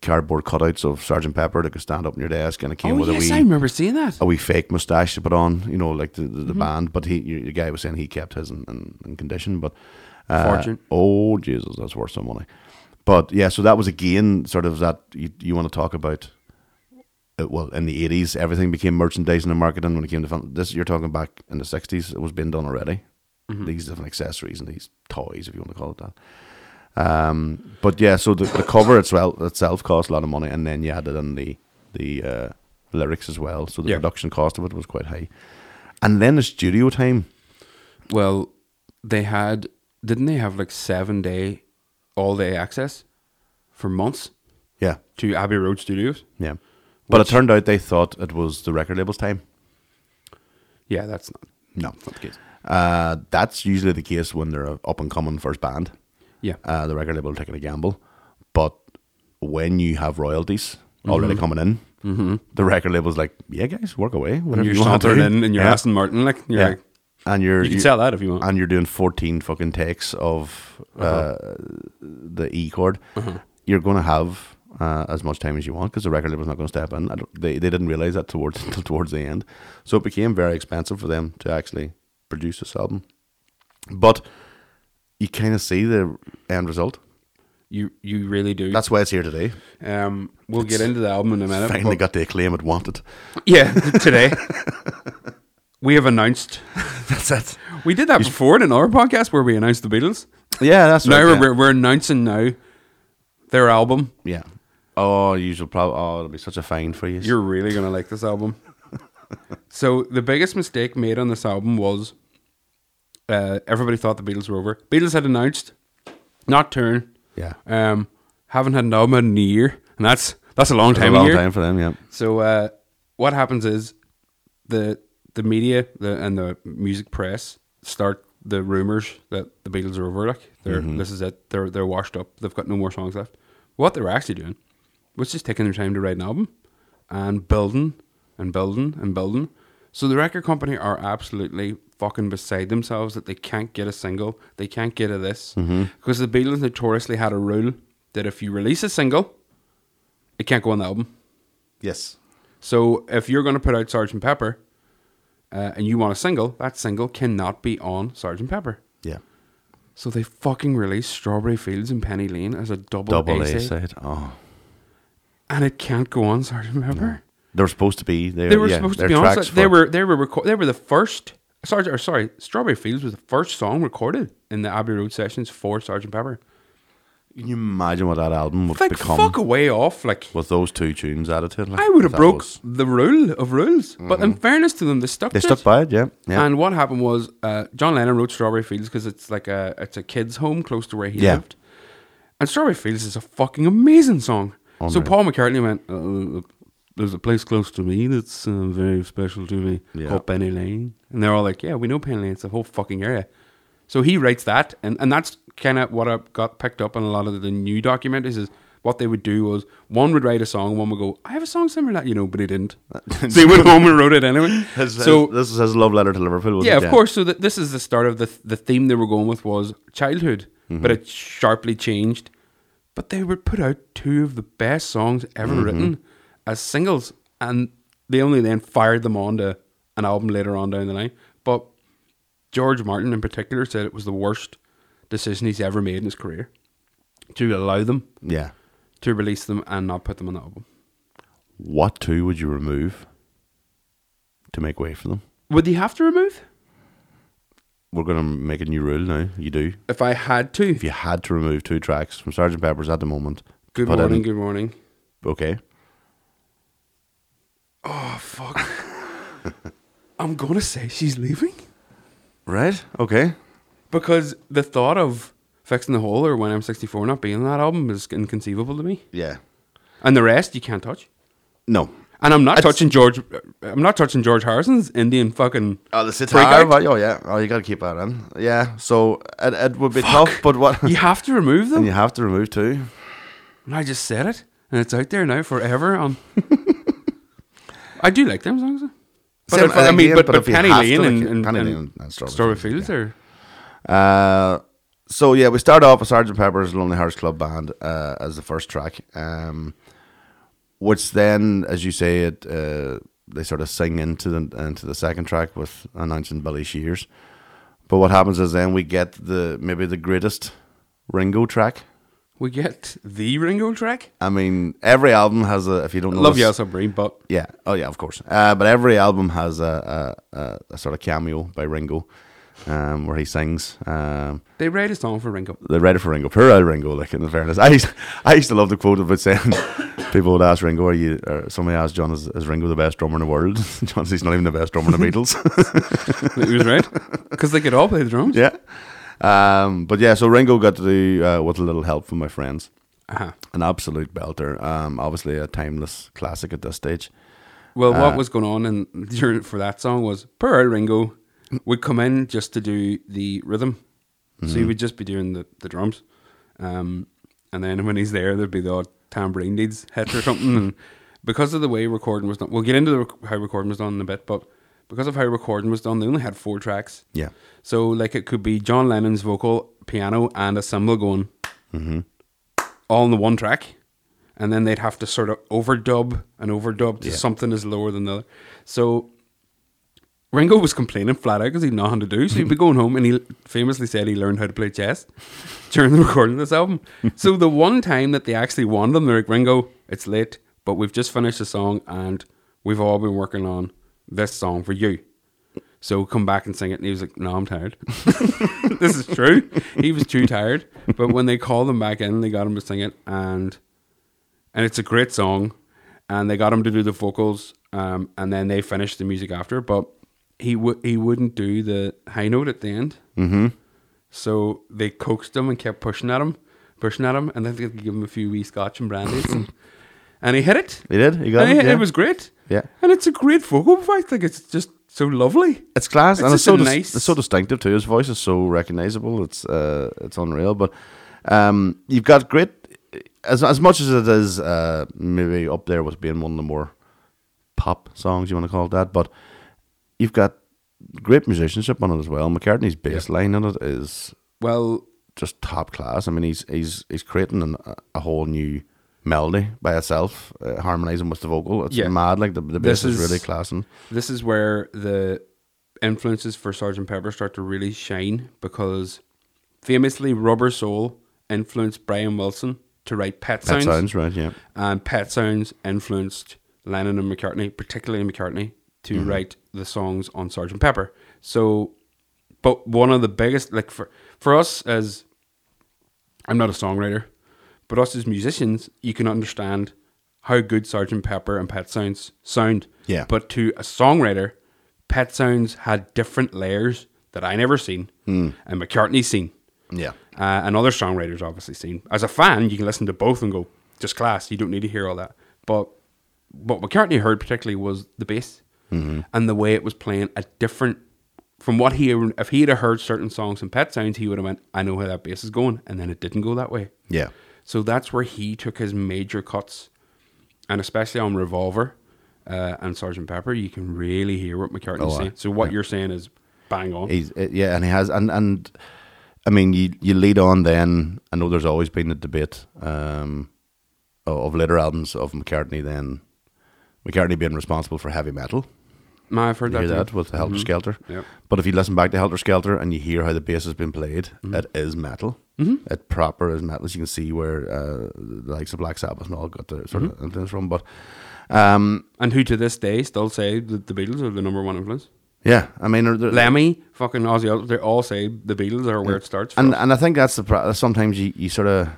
[SPEAKER 9] cardboard cutouts of Sergeant Pepper that could stand up on your desk, and it came
[SPEAKER 7] oh
[SPEAKER 9] with
[SPEAKER 7] yes,
[SPEAKER 9] a
[SPEAKER 7] I
[SPEAKER 9] wee
[SPEAKER 7] remember seeing that.
[SPEAKER 9] a wee fake mustache to put on, you know, like the the, the band. But he, you- the guy was saying he kept his in, in, in condition. But uh,
[SPEAKER 7] Fortune.
[SPEAKER 9] oh Jesus, that's worth some money. But yeah, so that was again sort of that you, you want to talk about. uh, Well, in the eighties, everything became merchandising and marketing. When it came to fun, this, you're talking back in the sixties. It was being done already. These different accessories and these toys, if you want to call it that. Um, but yeah, so the, the cover itself itself cost a lot of money, and then you added in the the uh, lyrics as well. So the
[SPEAKER 7] Yeah.
[SPEAKER 9] production cost of it was quite high, and then the studio time.
[SPEAKER 7] Well, they had didn't they have like seven day, all day access for months
[SPEAKER 9] Yeah,
[SPEAKER 7] to Abbey Road Studios?
[SPEAKER 9] yeah. But
[SPEAKER 7] Which-
[SPEAKER 9] it turned out they thought it was the record label's time.
[SPEAKER 7] Yeah, that's not
[SPEAKER 9] No, uh, that's usually the case when they're a up and coming first band.
[SPEAKER 7] Yeah.
[SPEAKER 9] uh, the record label are taking a gamble. But when you have royalties
[SPEAKER 7] Mm-hmm.
[SPEAKER 9] already coming in, the record label's like, yeah, guys, work away. Whatever
[SPEAKER 7] You're
[SPEAKER 9] you want to
[SPEAKER 7] sauntering
[SPEAKER 9] do."
[SPEAKER 7] in in your
[SPEAKER 9] Yeah.
[SPEAKER 7] Aston Martin, like, you're
[SPEAKER 9] Yeah.
[SPEAKER 7] like,
[SPEAKER 9] and you're
[SPEAKER 7] you can sell that if you want.
[SPEAKER 9] and you're doing 14 fucking takes of uh
[SPEAKER 7] Uh-huh.
[SPEAKER 9] the E chord, you're going to have uh, as much time as you want because the record label's not going to step in. I don't, they, they didn't realize that towards until towards the end. So it became very expensive for them to actually produce this album. But you kind of see the end result.
[SPEAKER 7] you you really do.
[SPEAKER 9] That's why it's here today.
[SPEAKER 7] um, we'll get into the album in a minute.
[SPEAKER 9] Finally
[SPEAKER 7] but-
[SPEAKER 9] got the acclaim it wanted.
[SPEAKER 7] yeah, today we have announced.
[SPEAKER 9] That's it.
[SPEAKER 7] We did that before in another podcast where we announced the Beatles.
[SPEAKER 9] Yeah, that's
[SPEAKER 7] now
[SPEAKER 9] right.
[SPEAKER 7] we're,
[SPEAKER 9] yeah.
[SPEAKER 7] we're, we're announcing now their album.
[SPEAKER 9] yeah. Oh, you should probably. Oh, it'll be such a fine for you.
[SPEAKER 7] You're really gonna like this album. so the biggest mistake made on this album was uh, everybody thought the Beatles were over. Beatles had announced not touring.
[SPEAKER 9] Yeah.
[SPEAKER 7] Um, haven't had an album out in a year, and that's that's a long
[SPEAKER 9] It's a
[SPEAKER 7] time. a
[SPEAKER 9] long
[SPEAKER 7] year.
[SPEAKER 9] time for them. Yeah.
[SPEAKER 7] So uh, what happens is the the media the, and the music press start the rumors that the Beatles are over. Like they're this is it. They're they're washed up. They've got no more songs left. What they're actually doing was just taking their time to write an album and building and building and building. So the record company are absolutely fucking beside themselves that they can't get a single. They can't get a this because the Beatles notoriously had a rule that if you release a single, it can't go on the album.
[SPEAKER 9] Yes.
[SPEAKER 7] So if you're going to put out Sergeant Pepper, uh, and you want a single, that single cannot be on Sergeant Pepper.
[SPEAKER 9] Yeah.
[SPEAKER 7] So they fucking released Strawberry Fields and Penny Lane as a double,
[SPEAKER 9] Double A
[SPEAKER 7] A-side,
[SPEAKER 9] side. Oh.
[SPEAKER 7] and it can't go on Sergeant Pepper.
[SPEAKER 9] They were supposed to be. They,
[SPEAKER 7] They were
[SPEAKER 9] yeah,
[SPEAKER 7] supposed to
[SPEAKER 9] their
[SPEAKER 7] be on.
[SPEAKER 9] tracks
[SPEAKER 7] Ser- They
[SPEAKER 9] for-
[SPEAKER 7] were they were reco- they were the first Sergeant or sorry Strawberry Fields was the first song recorded in the Abbey Road sessions for Sergeant Pepper.
[SPEAKER 9] Can you imagine what that album would
[SPEAKER 7] Like
[SPEAKER 9] become
[SPEAKER 7] fuck away off like.
[SPEAKER 9] with those two tunes added to it? Like,
[SPEAKER 7] I would have
[SPEAKER 9] that
[SPEAKER 7] broke
[SPEAKER 9] was- Mm-hmm.
[SPEAKER 7] the rule of rules, but in fairness to them, they stuck.
[SPEAKER 9] they
[SPEAKER 7] to
[SPEAKER 9] stuck
[SPEAKER 7] it.
[SPEAKER 9] by it. Yeah. Yeah.
[SPEAKER 7] And what happened was uh, John Lennon wrote Strawberry Fields because it's like a it's a kid's home close to where he
[SPEAKER 9] Yeah.
[SPEAKER 7] lived. And Strawberry Fields is a fucking amazing song. So
[SPEAKER 9] Unreal.
[SPEAKER 7] Paul McCartney went, uh, "There's a place close to me that's uh, very special to me
[SPEAKER 9] Yeah.
[SPEAKER 7] called Penny Lane," and they're all like, "Yeah, we know Penny Lane. It's a whole fucking area." So he writes that, and and that's kind of what I got picked up on a lot of the new documentaries is. What they would do was one would write a song, one would go, "I have a song similar to that," you know, but he didn't. so he went home and wrote it anyway.
[SPEAKER 9] His- his-
[SPEAKER 7] so
[SPEAKER 9] this is his love letter to Liverpool. wasn't
[SPEAKER 7] yeah,
[SPEAKER 9] it?
[SPEAKER 7] of course. So th- this is the start of the th- the theme they were going with was childhood, but
[SPEAKER 9] Mm-hmm.
[SPEAKER 7] it sharply changed. But they would put out two of the best songs ever
[SPEAKER 9] Mm-hmm.
[SPEAKER 7] written as singles, and they only then fired them on to an album later on down the line. But George Martin, in particular, said it was the worst decision he's ever made in his career to allow them
[SPEAKER 9] Yeah.
[SPEAKER 7] to release them and not put them on the album.
[SPEAKER 9] What two would you remove to make way for them?
[SPEAKER 7] Would they have to remove?
[SPEAKER 9] We're gonna make a new rule now. You do.
[SPEAKER 7] If I had to,
[SPEAKER 9] If you had to remove two tracks from Sergeant Pepper's at the moment,
[SPEAKER 7] good
[SPEAKER 9] put in-
[SPEAKER 7] morning, good morning.
[SPEAKER 9] Okay.
[SPEAKER 7] I'm gonna say she's leaving.
[SPEAKER 9] Right. Okay.
[SPEAKER 7] Because the thought of fixing the hole or when I'm 64 not being on that album is inconceivable to me.
[SPEAKER 9] Yeah.
[SPEAKER 7] And the rest you can't touch.
[SPEAKER 9] No.
[SPEAKER 7] And I'm not
[SPEAKER 9] It's-
[SPEAKER 7] touching George. I'm not touching George Harrison's Indian fucking.
[SPEAKER 9] Oh, the
[SPEAKER 7] breakout.
[SPEAKER 9] sitar. but- Oh, yeah. Oh, you got to keep that in. Yeah. So it, it would be tough, but what?
[SPEAKER 7] You have to remove them.
[SPEAKER 9] and you have to remove two.
[SPEAKER 7] And I just said it, and it's out there now forever. On. I do like them songs. though. But
[SPEAKER 9] Same-
[SPEAKER 7] if- I
[SPEAKER 9] and
[SPEAKER 7] mean,
[SPEAKER 9] again,
[SPEAKER 7] but,
[SPEAKER 9] but
[SPEAKER 7] but
[SPEAKER 9] if you
[SPEAKER 7] Penny
[SPEAKER 9] have to,
[SPEAKER 7] Lane
[SPEAKER 9] like,
[SPEAKER 7] and, and,
[SPEAKER 9] Penny
[SPEAKER 7] and
[SPEAKER 9] Lane and Strawberry
[SPEAKER 7] Strawberry
[SPEAKER 9] Fields,
[SPEAKER 7] Fields are
[SPEAKER 9] Uh, so yeah, we start off with Sergeant Pepper's Lonely Hearts Club Band uh, as the first track, um, which then, as you say, it uh, they sort of sing into the into the second track with announcing Billy Shears. But what happens is then we get the maybe the greatest Ringo track.
[SPEAKER 7] we get the Ringo track.
[SPEAKER 9] I mean, every album has a. If you don't know
[SPEAKER 7] Love
[SPEAKER 9] this-
[SPEAKER 7] Yellow Submarine, but
[SPEAKER 9] Yeah. Oh, yeah. Of course. Uh, but every album has a, a, a, a sort of cameo by Ringo, um, where he sings. Um,
[SPEAKER 7] they write a song for Ringo.
[SPEAKER 9] they read it for Ringo. Poor old Ringo. Like in fairness, I used, I used to love the quote about saying people would ask Ringo, "Are you?" Or somebody asked John, "Is, is Ringo the best drummer in the world?" John says he's not even the best drummer in the Beatles.
[SPEAKER 7] He was right because they could all play the drums.
[SPEAKER 9] yeah. Um, but yeah, so Ringo got to do uh, with a little help from my friends.
[SPEAKER 7] Uh-huh.
[SPEAKER 9] An absolute belter. Um, obviously a timeless classic at this stage.
[SPEAKER 7] Well, what was going on in, during, for that song was poor old Ringo would come in just to do the rhythm. So he would just be doing the, the drums. Um, and then when he's there, there'd be the odd tambourine needs hit or something. and because of the way recording was done, we'll get into the, rec- how recording was done in a bit, but because of how recording was done, they only had four tracks.
[SPEAKER 9] Yeah.
[SPEAKER 7] So like it could be John Lennon's vocal, piano, and a cymbal going all in the one track, and then they'd have to sort of overdub and overdub to
[SPEAKER 9] Yeah.
[SPEAKER 7] something is lower than the other. So Ringo was complaining flat out because he'd nothing to do. So he'd be going home, and he famously said he learned how to play chess during the recording of this album. so the one time that they actually won them, they're like, Ringo, it's late, but we've just finished the song, and we've all been working on this song for you. So come back and sing it. And he was like, No, I'm tired. this is true. He was too tired. But when they called him back in, they got him to sing it. And and it's a great song. And they got him to do the vocals. Um, and then they finished the music after. But he, w- he wouldn't do the high note at the end. Mm-hmm. So they coaxed him and kept pushing at him, pushing at him. And then they gave him a few wee scotch and brandies. and, and he hit it.
[SPEAKER 9] He did. He got
[SPEAKER 7] And
[SPEAKER 9] it.
[SPEAKER 7] he-
[SPEAKER 9] Uh, yeah.
[SPEAKER 7] It was great.
[SPEAKER 9] Yeah.
[SPEAKER 7] And it's a great vocal fight. Like, it's just so lovely.
[SPEAKER 9] It's class,
[SPEAKER 7] It's
[SPEAKER 9] and it's
[SPEAKER 7] just
[SPEAKER 9] so
[SPEAKER 7] a
[SPEAKER 9] dis-
[SPEAKER 7] nice-
[SPEAKER 9] it's so distinctive too. His voice is so recognizable. It's uh, it's unreal. But um, you've got great as as much as it is uh, maybe up there with being one of the more pop songs you want to call it that. But you've got great musicianship on it as well. McCartney's bass line on it is
[SPEAKER 7] Well,
[SPEAKER 9] just top class. I mean, he's he's he's creating an, a whole new melody by itself, uh, harmonizing with the vocal. It's
[SPEAKER 7] Yeah.
[SPEAKER 9] mad. Like the, the
[SPEAKER 7] This
[SPEAKER 9] bass is,
[SPEAKER 7] is-
[SPEAKER 9] really classing.
[SPEAKER 7] this is where the influences for Sergeant Pepper start to really shine because famously Rubber Soul influenced Brian Wilson to write Pet
[SPEAKER 9] That
[SPEAKER 7] Sounds,
[SPEAKER 9] sounds right. Yeah.
[SPEAKER 7] and Pet Sounds Um, influenced Lennon and McCartney, particularly McCartney, to write the songs on Sergeant Pepper. So, but one of the biggest like for for us as I'm not a songwriter, but us as musicians, you can understand how good Sergeant Pepper and Pet Sounds sound.
[SPEAKER 9] Yeah.
[SPEAKER 7] But to a songwriter, Pet Sounds had different layers that I never seen and McCartney seen.
[SPEAKER 9] Yeah.
[SPEAKER 7] Uh, and other songwriters obviously seen. As a fan, you can listen to both and go, just class. You don't need to hear all that. But what McCartney heard particularly was the bass
[SPEAKER 9] Mm-hmm.
[SPEAKER 7] and the way it was playing a different from what he if he had heard certain songs and pet sounds, he would have went, I know how that bass is going, and then it didn't go that way.
[SPEAKER 9] Yeah.
[SPEAKER 7] So that's where he took his major cuts, and especially on Revolver uh, and Sergeant Pepper, you can really hear what McCartney's
[SPEAKER 9] aye.
[SPEAKER 7] saying. So what you're saying is bang on.
[SPEAKER 9] Oh, He's uh, yeah, and he has, and and I mean, you you lead on. Then I know there's always been a debate um, o- of later albums of McCartney. Then McCartney being responsible for heavy metal.
[SPEAKER 7] Ma, I've heard
[SPEAKER 9] You
[SPEAKER 7] that.
[SPEAKER 9] hear
[SPEAKER 7] too.
[SPEAKER 9] that with Helter Skelter.
[SPEAKER 7] Yep.
[SPEAKER 9] But if you listen back to Helter Skelter and you hear how the bass has been played, it is metal. Mm-hmm. It proper is metal. As you can see where uh, the likes of Black Sabbath and all got their sort of influence from. But um,
[SPEAKER 7] and who to this day still say that the Beatles are the number one influence.
[SPEAKER 9] yeah, I mean, there- there-
[SPEAKER 7] Lemmy, fucking Ozzy, Osbourne, they all say the Beatles are where it starts.
[SPEAKER 9] and
[SPEAKER 7] from.
[SPEAKER 9] and I think that's the pro- sometimes you, you sort of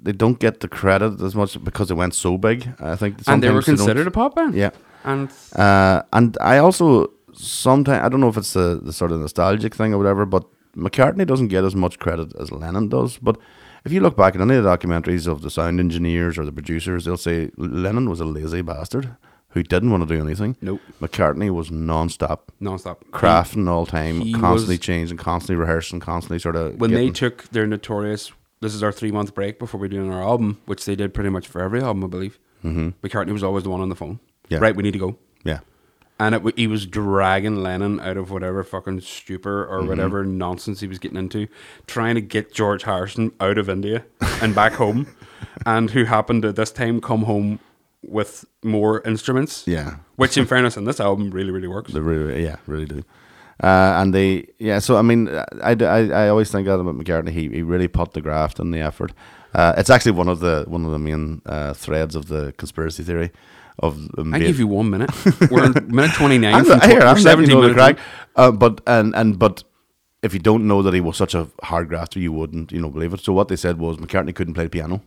[SPEAKER 9] they don't get the credit as much because they went so big. I think
[SPEAKER 7] and they were
[SPEAKER 9] sometimes don't-
[SPEAKER 7] considered a pop band.
[SPEAKER 9] yeah.
[SPEAKER 7] and
[SPEAKER 9] Uh, and I also sometimes I don't know if it's the, the sort of nostalgic thing or whatever, but McCartney doesn't get as much credit as Lennon does. But if you look back at any of the documentaries of the sound engineers or the producers, they'll say Lennon was a lazy bastard who didn't want to do anything.
[SPEAKER 7] Nope.
[SPEAKER 9] McCartney was non-stop
[SPEAKER 7] non-stop
[SPEAKER 9] crafting all time,
[SPEAKER 7] he
[SPEAKER 9] constantly
[SPEAKER 7] was-
[SPEAKER 9] changing, constantly rehearsing, constantly sort of
[SPEAKER 7] when they
[SPEAKER 9] getting-
[SPEAKER 7] took their notorious this is our three month break before we're doing our album which they did pretty much for every album i believe mm-hmm. mccartney was always the one on the phone
[SPEAKER 9] Yeah.
[SPEAKER 7] right we need to go
[SPEAKER 9] yeah.
[SPEAKER 7] and it, w- he was dragging lennon out of whatever fucking stupor
[SPEAKER 9] Mm-hmm.
[SPEAKER 7] or whatever nonsense he was getting into trying to get george harrison out of india and back home and who happened to this time come home with more instruments
[SPEAKER 9] Yeah.
[SPEAKER 7] which in fairness in this album really really works
[SPEAKER 9] They really, yeah, really do. Uh, and they, yeah. So I mean, I, I, I always think that about McCartney. He, he really put the graft and the effort. Uh, it's actually one of the one of the main uh, threads of the conspiracy theory of. Um,
[SPEAKER 7] I
[SPEAKER 9] being-
[SPEAKER 7] give you one minute. We're in minute twenty nine.
[SPEAKER 9] I'm, here, I'm letting you know the crack. Uh, but and and but if you don't know that he was such a hard grafter, you wouldn't you know believe it. So what they said was McCartney couldn't play the piano.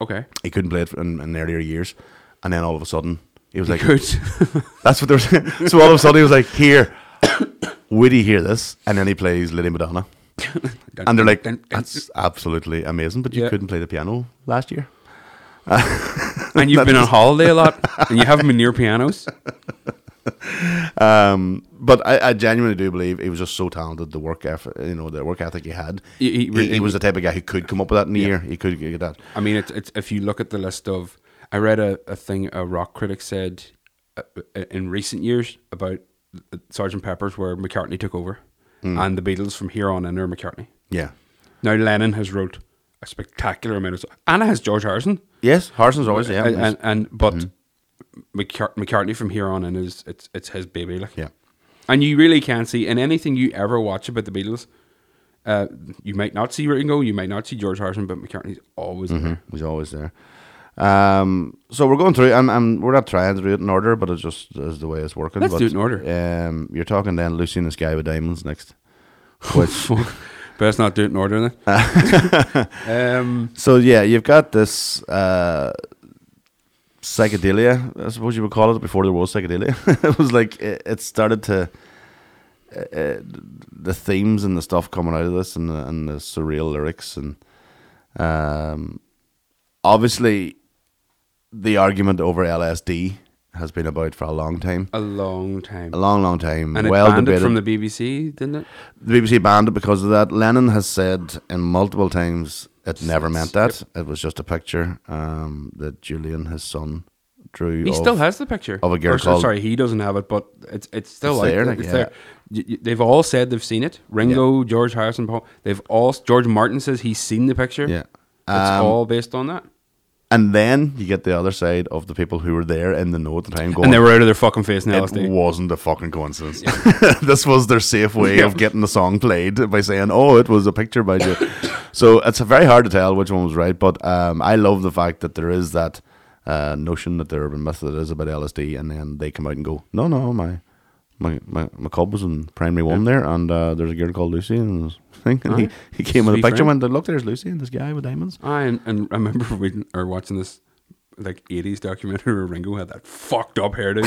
[SPEAKER 7] Okay,
[SPEAKER 9] He couldn't play it in, in earlier years, and then all of a sudden he was like,
[SPEAKER 7] good.
[SPEAKER 9] That's what they were saying. So all of a sudden he was like, here, would he hear this? And then he plays Lady Madonna. And they're like, that's absolutely amazing, but you
[SPEAKER 7] Yeah.
[SPEAKER 9] couldn't play the piano last year.
[SPEAKER 7] and you've been on holiday a lot, and you haven't been near pianos.
[SPEAKER 9] um, but I, I genuinely do believe he was just so talented. The work effort, you know, the work ethic he had.
[SPEAKER 7] He- he really-
[SPEAKER 9] was the type of guy who could come up with that in a year. He could get that.
[SPEAKER 7] I mean, it's, it's if you look at the list of, I read a, a thing a rock critic said uh, uh, in recent years about uh, Sergeant Pepper's where McCartney took over,
[SPEAKER 9] Hmm.
[SPEAKER 7] and the Beatles from here on in are McCartney.
[SPEAKER 9] Yeah.
[SPEAKER 7] Now Lennon has wrote a spectacular amount of, s- and it has George Harrison,
[SPEAKER 9] Yes, Harrison's always yeah.
[SPEAKER 7] and,
[SPEAKER 9] he's-
[SPEAKER 7] and, and but McCart- McCartney from here on in is it's it's his baby, like
[SPEAKER 9] Yeah.
[SPEAKER 7] And you really can see in anything you ever watch about the Beatles, uh, you might not see Ringo, you might not see George Harrison, but McCartney's always there.
[SPEAKER 9] He's always there. Um, so we're going through, and, and we're not trying to do it in order, but it's just is the way it's working.
[SPEAKER 7] Let's
[SPEAKER 9] But,
[SPEAKER 7] do it in order.
[SPEAKER 9] Um, you're talking then Lucy and the Sky with Diamonds next. Which,
[SPEAKER 7] Best not do it in order then. um,
[SPEAKER 9] so yeah, you've got this uh, psychedelia, I suppose you would call it before there was psychedelia. it was like it, it started to uh, the themes and the stuff coming out of this, and the, and the surreal lyrics, and um, obviously the argument over LSD has been about for a long time,
[SPEAKER 7] a long time.
[SPEAKER 9] a long, long time.
[SPEAKER 7] and it
[SPEAKER 9] well
[SPEAKER 7] banned it
[SPEAKER 9] debated.
[SPEAKER 7] from the BBC, didn't it?
[SPEAKER 9] The BBC banned it because of that. Lennon has said in multiple times it never meant that. It was just a picture um, that Julian, his son, drew.
[SPEAKER 7] He
[SPEAKER 9] of-
[SPEAKER 7] still has the picture
[SPEAKER 9] of a girl
[SPEAKER 7] Or, so-
[SPEAKER 9] called-
[SPEAKER 7] sorry, he doesn't have it, but it's it's still
[SPEAKER 9] It's
[SPEAKER 7] out
[SPEAKER 9] there,
[SPEAKER 7] there.
[SPEAKER 9] like,
[SPEAKER 7] it's
[SPEAKER 9] yeah.
[SPEAKER 7] there. Y- y- They've all said they've seen it. Ringo, George Harrison, Paul. They've all. George Martin says he's seen the picture.
[SPEAKER 9] Yeah.
[SPEAKER 7] it's
[SPEAKER 9] Um,
[SPEAKER 7] all based on that.
[SPEAKER 9] And then you get the other side of the people who were there in the know at the time going.
[SPEAKER 7] and they were out of their fucking face in
[SPEAKER 9] it
[SPEAKER 7] LSD.
[SPEAKER 9] wasn't a fucking coincidence. this was their safe way of getting the song played by saying, "Oh, it was a picture by you." so it's very hard to tell which one was right, but um, I love the fact that there is that uh, notion that the urban myth that it is about LSD, and then they come out and go, "No, no, my my my, my cub was in primary one there, and uh, there's a girl called Lucy, and, thing, and he,
[SPEAKER 7] Aye.
[SPEAKER 9] he came with a
[SPEAKER 7] Sweet
[SPEAKER 9] picture,
[SPEAKER 7] friend.
[SPEAKER 9] and went, look, there's Lucy and this guy with diamonds."
[SPEAKER 7] I and, and I remember reading or watching this like '80s documentary where Ringo had that fucked up hairdo,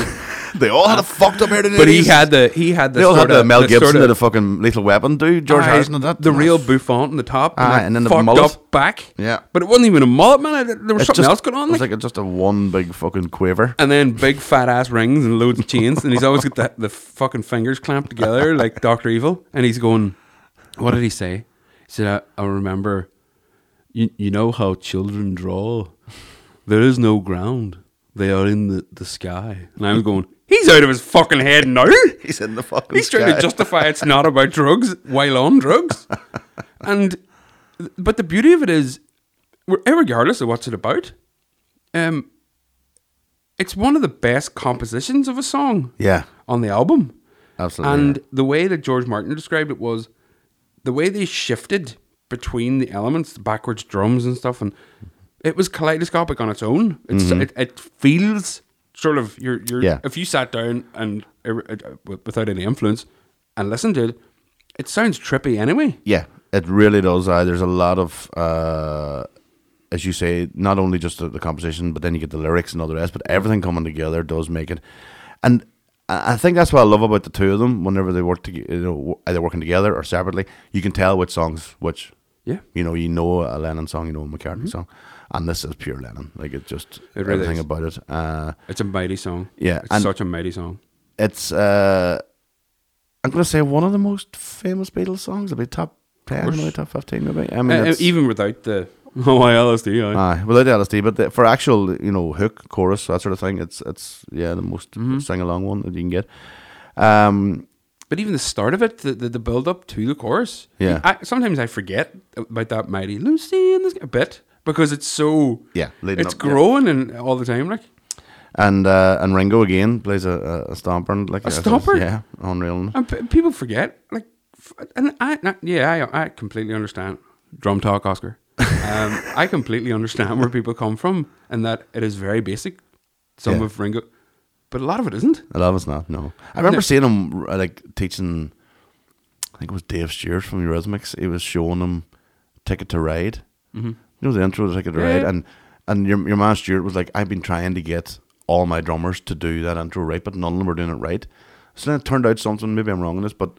[SPEAKER 9] They all had a fucked up hair,
[SPEAKER 7] but he had the he had
[SPEAKER 9] Uh,
[SPEAKER 7] the
[SPEAKER 9] They all had
[SPEAKER 7] sorta-
[SPEAKER 9] the Mel Gibson
[SPEAKER 7] sorta-
[SPEAKER 9] and the fucking Lethal Weapon dude, George
[SPEAKER 7] Aye,
[SPEAKER 9] Harrison and that.
[SPEAKER 7] the real bouffant on the top,
[SPEAKER 9] Aye, and
[SPEAKER 7] and,
[SPEAKER 9] then
[SPEAKER 7] then
[SPEAKER 9] the
[SPEAKER 7] fucked
[SPEAKER 9] mullet.
[SPEAKER 7] up back.
[SPEAKER 9] Yeah.
[SPEAKER 7] but it wasn't even a mullet, man. I- There was
[SPEAKER 9] It's
[SPEAKER 7] something
[SPEAKER 9] just-
[SPEAKER 7] else going on.
[SPEAKER 9] It was
[SPEAKER 7] like-
[SPEAKER 9] like a- just a one big fucking quiver.
[SPEAKER 7] and then big fat ass rings and loads of chains, and he's always got the, the fucking fingers clamped together like Doctor Evil. And he's going, "What did he say?" He said, "I, I remember, you you know how children draw. There is no ground; they are in the, the sky." And I'm going, "He's out of his fucking head now."
[SPEAKER 9] He's in the fucking.
[SPEAKER 7] He's trying to
[SPEAKER 9] sky.
[SPEAKER 7] justify it's not about drugs while on drugs. And but the beauty of it is, we're- regardless of what's it about, um, it's one of the best compositions of a song
[SPEAKER 9] Yeah,
[SPEAKER 7] on the album.
[SPEAKER 9] Absolutely,
[SPEAKER 7] And
[SPEAKER 9] yeah.
[SPEAKER 7] the way that George Martin described it was the way they shifted between the elements, the backwards drums and stuff, and it was kaleidoscopic on its own. It's, it, it feels sort of you're you're
[SPEAKER 9] Mm-hmm. Yeah.
[SPEAKER 7] if you sat down and uh, uh, without any influence and listened to it, it sounds trippy anyway.
[SPEAKER 9] yeah, it really does. Uh, there's a lot of, uh, as you say, not only just the, the composition, but then you get the lyrics and all the rest. But everything coming together does make it, and I I think that's what I love about the two of them. Whenever they work together, you know, w- either working together or separately, you can tell which songs which.
[SPEAKER 7] Yeah.
[SPEAKER 9] you know, you know a Lennon song, you know a McCartney song, and this is pure Lennon. Like it just
[SPEAKER 7] Mm-hmm. It really
[SPEAKER 9] everything
[SPEAKER 7] is.
[SPEAKER 9] about it. Uh,
[SPEAKER 7] It's a mighty song.
[SPEAKER 9] Yeah,
[SPEAKER 7] it's
[SPEAKER 9] and-
[SPEAKER 7] such a mighty song.
[SPEAKER 9] it's uh, I'm gonna say one of the most famous Beatles songs. It'll be top ten,
[SPEAKER 7] course.
[SPEAKER 9] maybe top fifteen, maybe. I mean,
[SPEAKER 7] Uh, uh,
[SPEAKER 9] it's, Uh,
[SPEAKER 7] even without the oh my LSD, I,
[SPEAKER 9] aye, without LSD, but the, for actual, you know, hook, chorus, that sort of thing, it's it's yeah, the most
[SPEAKER 7] Mm-hmm.
[SPEAKER 9] sing along one that you can get. Um,
[SPEAKER 7] but even the start of it, the, the, the build up to the chorus.
[SPEAKER 9] Yeah.
[SPEAKER 7] I, sometimes I forget about that mighty Lucy and this a bit because it's so
[SPEAKER 9] Yeah, leading
[SPEAKER 7] it's
[SPEAKER 9] up, yeah.
[SPEAKER 7] growing and all the time. Like
[SPEAKER 9] and uh, and Ringo again plays a, a, a stomper, and like
[SPEAKER 7] A
[SPEAKER 9] I said,
[SPEAKER 7] stomper?
[SPEAKER 9] yeah, unreal.
[SPEAKER 7] and p- people forget. Like f- and I not, yeah I I completely understand drum talk Oscar. um, I completely understand where people come from and that it is very basic. Some
[SPEAKER 9] Yeah.
[SPEAKER 7] of Ringo, but a lot of it isn't.
[SPEAKER 9] I love it's not. No, I remember seeing him uh, like teaching. I think it was Dave Stewart from Eurythmics. He was showing him "Ticket to Ride." Mm-hmm. You know the intro to "Ticket to
[SPEAKER 7] Yeah,
[SPEAKER 9] Ride,"
[SPEAKER 7] yeah.
[SPEAKER 9] and and your your man Stewart was like, "I've been trying to get all my drummers to do that intro right, but none of them were doing it right." So then it turned out something. Maybe I'm wrong on this, but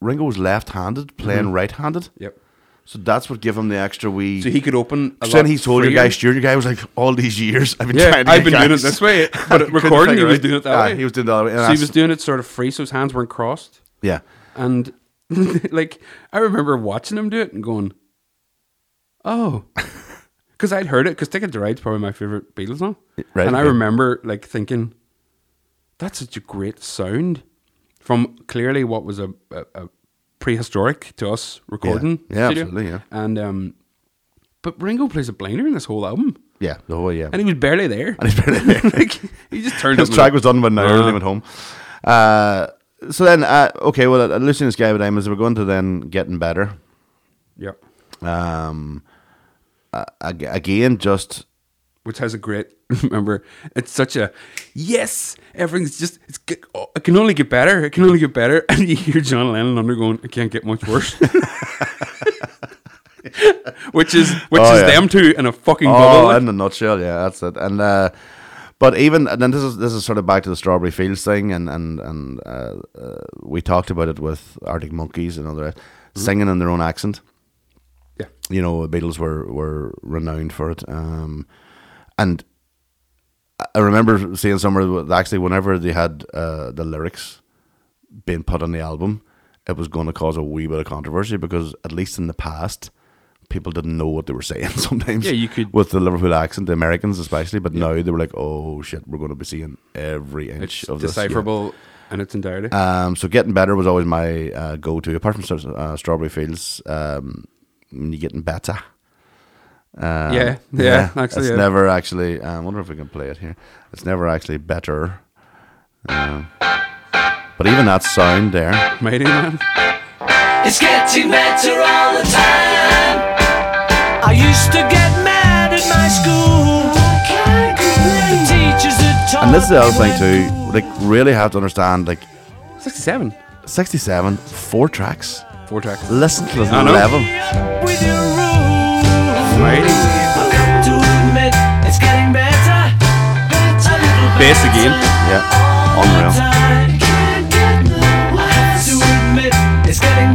[SPEAKER 9] Ringo was left-handed playing right-handed.
[SPEAKER 7] Mm-hmm. Yep.
[SPEAKER 9] So that's what gave him the extra wee.
[SPEAKER 7] So he could open. A
[SPEAKER 9] So then
[SPEAKER 7] lot
[SPEAKER 9] he told your
[SPEAKER 7] freer.
[SPEAKER 9] guy, Stuart, your guy was like, all these years, I've been
[SPEAKER 7] Yeah,
[SPEAKER 9] trying to get
[SPEAKER 7] I've been doing it
[SPEAKER 9] guys."
[SPEAKER 7] this way, but at
[SPEAKER 9] Couldn't
[SPEAKER 7] recording he
[SPEAKER 9] figure
[SPEAKER 7] was
[SPEAKER 9] out.
[SPEAKER 7] doing it that
[SPEAKER 9] Ah,
[SPEAKER 7] way.
[SPEAKER 9] He was doing it that way. And
[SPEAKER 7] So
[SPEAKER 9] I
[SPEAKER 7] he was
[SPEAKER 9] s-
[SPEAKER 7] doing it sort of free, so his hands weren't crossed.
[SPEAKER 9] yeah.
[SPEAKER 7] And like I remember watching him do it and going, "Oh," because I'd heard it. Because "Ticket to Ride's probably my favorite Beatles song,
[SPEAKER 9] right,
[SPEAKER 7] And I
[SPEAKER 9] okay.
[SPEAKER 7] remember like thinking, "That's such a great sound from clearly what was a, a, a prehistoric to us recording."
[SPEAKER 9] Yeah,
[SPEAKER 7] studio.
[SPEAKER 9] absolutely, yeah.
[SPEAKER 7] And um, but Ringo plays a blinder in this whole album,
[SPEAKER 9] Yeah. The whole, yeah.
[SPEAKER 7] and he was barely there.
[SPEAKER 9] And he's barely there.
[SPEAKER 7] like he just turned
[SPEAKER 9] His
[SPEAKER 7] up and-
[SPEAKER 9] track was done by now.
[SPEAKER 7] Uh.
[SPEAKER 9] Everything went home. Uh, so then, uh, okay, well, uh, Lucian's guy with Diamonds, we're going to then getting better.
[SPEAKER 7] Yeah,
[SPEAKER 9] Um, uh, ag- again, just
[SPEAKER 7] which has a great. Remember, it's such a yes. Everything's just it's. get- oh, It can only get better. It can only get better. And you hear John Lennon undergoing. It can't get much worse. which is which
[SPEAKER 9] Oh,
[SPEAKER 7] is
[SPEAKER 9] yeah.
[SPEAKER 7] them two in a fucking bubble.
[SPEAKER 9] oh,
[SPEAKER 7] like.
[SPEAKER 9] in the nutshell, yeah, that's it. And uh, but even and then this is this is sort of back to the Strawberry Fields thing, and and and uh, uh, we talked about it with Arctic Monkeys and other singing in their own accent.
[SPEAKER 7] Mm-hmm. Yeah.
[SPEAKER 9] you know, the Beatles were were renowned for it. Um, and I- I remember seeing somewhere that actually whenever they had uh, the lyrics being put on the album, it was going to cause a wee bit of controversy because at least in the past, people didn't know what they were saying sometimes.
[SPEAKER 7] Yeah, you could-
[SPEAKER 9] with the Liverpool accent, the Americans especially. But now they were like, "Oh shit, we're going to be seeing every inch
[SPEAKER 7] it's
[SPEAKER 9] of this." Yeah.
[SPEAKER 7] decipherable in its entirety.
[SPEAKER 9] Um, so getting better was always my uh, go-to. Apart from Stra- uh, Strawberry Fields, um, you getting better. Um,
[SPEAKER 7] Yeah, yeah, actually,
[SPEAKER 9] it's
[SPEAKER 7] yeah.
[SPEAKER 9] never actually. um, I wonder if we can play it here. It's never actually better. Um, but even that sound there,
[SPEAKER 7] Mighty Man.
[SPEAKER 4] It's getting better all the time. I used to get mad at my school. Can't complain. The teachers that taught
[SPEAKER 9] and this is the other
[SPEAKER 4] me
[SPEAKER 9] thing too.
[SPEAKER 4] when-
[SPEAKER 9] Like, really have to understand. Like,
[SPEAKER 7] Sixty-seven.
[SPEAKER 9] sixty-seven, four tracks.
[SPEAKER 7] Four tracks.
[SPEAKER 9] Listen to the
[SPEAKER 7] I know.
[SPEAKER 9] level.
[SPEAKER 4] Up with your rules.
[SPEAKER 7] Mighty.
[SPEAKER 4] I've got to admit, it's getting better. A little
[SPEAKER 7] Bass
[SPEAKER 4] better
[SPEAKER 7] again.
[SPEAKER 9] Yeah,
[SPEAKER 4] all the
[SPEAKER 9] unreal.
[SPEAKER 4] time. I have to admit, it's getting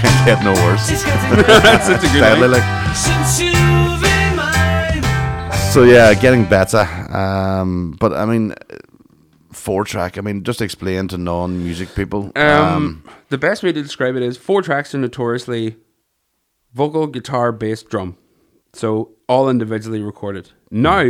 [SPEAKER 9] Can't get no worse.
[SPEAKER 4] It's getting better
[SPEAKER 7] That's such a good.
[SPEAKER 9] Deadly,
[SPEAKER 7] line.
[SPEAKER 9] like,
[SPEAKER 4] since you've been mine.
[SPEAKER 9] So yeah, getting better. Um, but I mean, four track. I mean, just explain to non-music people.
[SPEAKER 7] Um, the best way to describe it is four tracks are notoriously vocal, guitar, bass, drum. So all individually recorded. Now,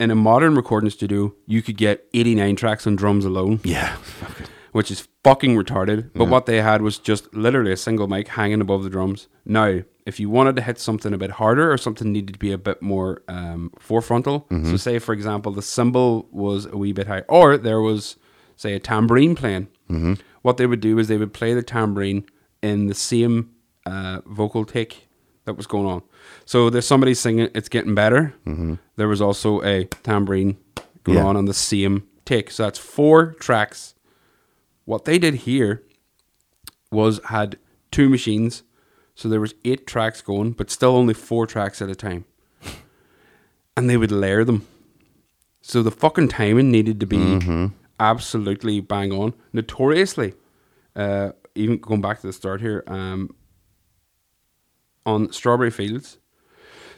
[SPEAKER 7] in a modern recording studio, you could get 89 tracks on drums alone,
[SPEAKER 9] yeah,
[SPEAKER 7] which is fucking retarded. But what they had was just literally a single mic hanging above the drums. Now, if you wanted to hit something a bit harder or something needed to be a bit more um, forefrontal, so say, for example, the cymbal was a wee bit high, or there was, say, a tambourine playing what they would do is they would play the tambourine in the same uh, vocal take that was going on. So there's somebody singing "It's Getting Better." There was also a tambourine going
[SPEAKER 9] Yeah.
[SPEAKER 7] on on the same take. So that's four tracks. What they did here was had two machines, so there was eight tracks going, but still only four tracks at a time, and they would layer them. So the fucking timing needed to be absolutely bang on. Notoriously, uh, even going back to the start here, um, on Strawberry Fields,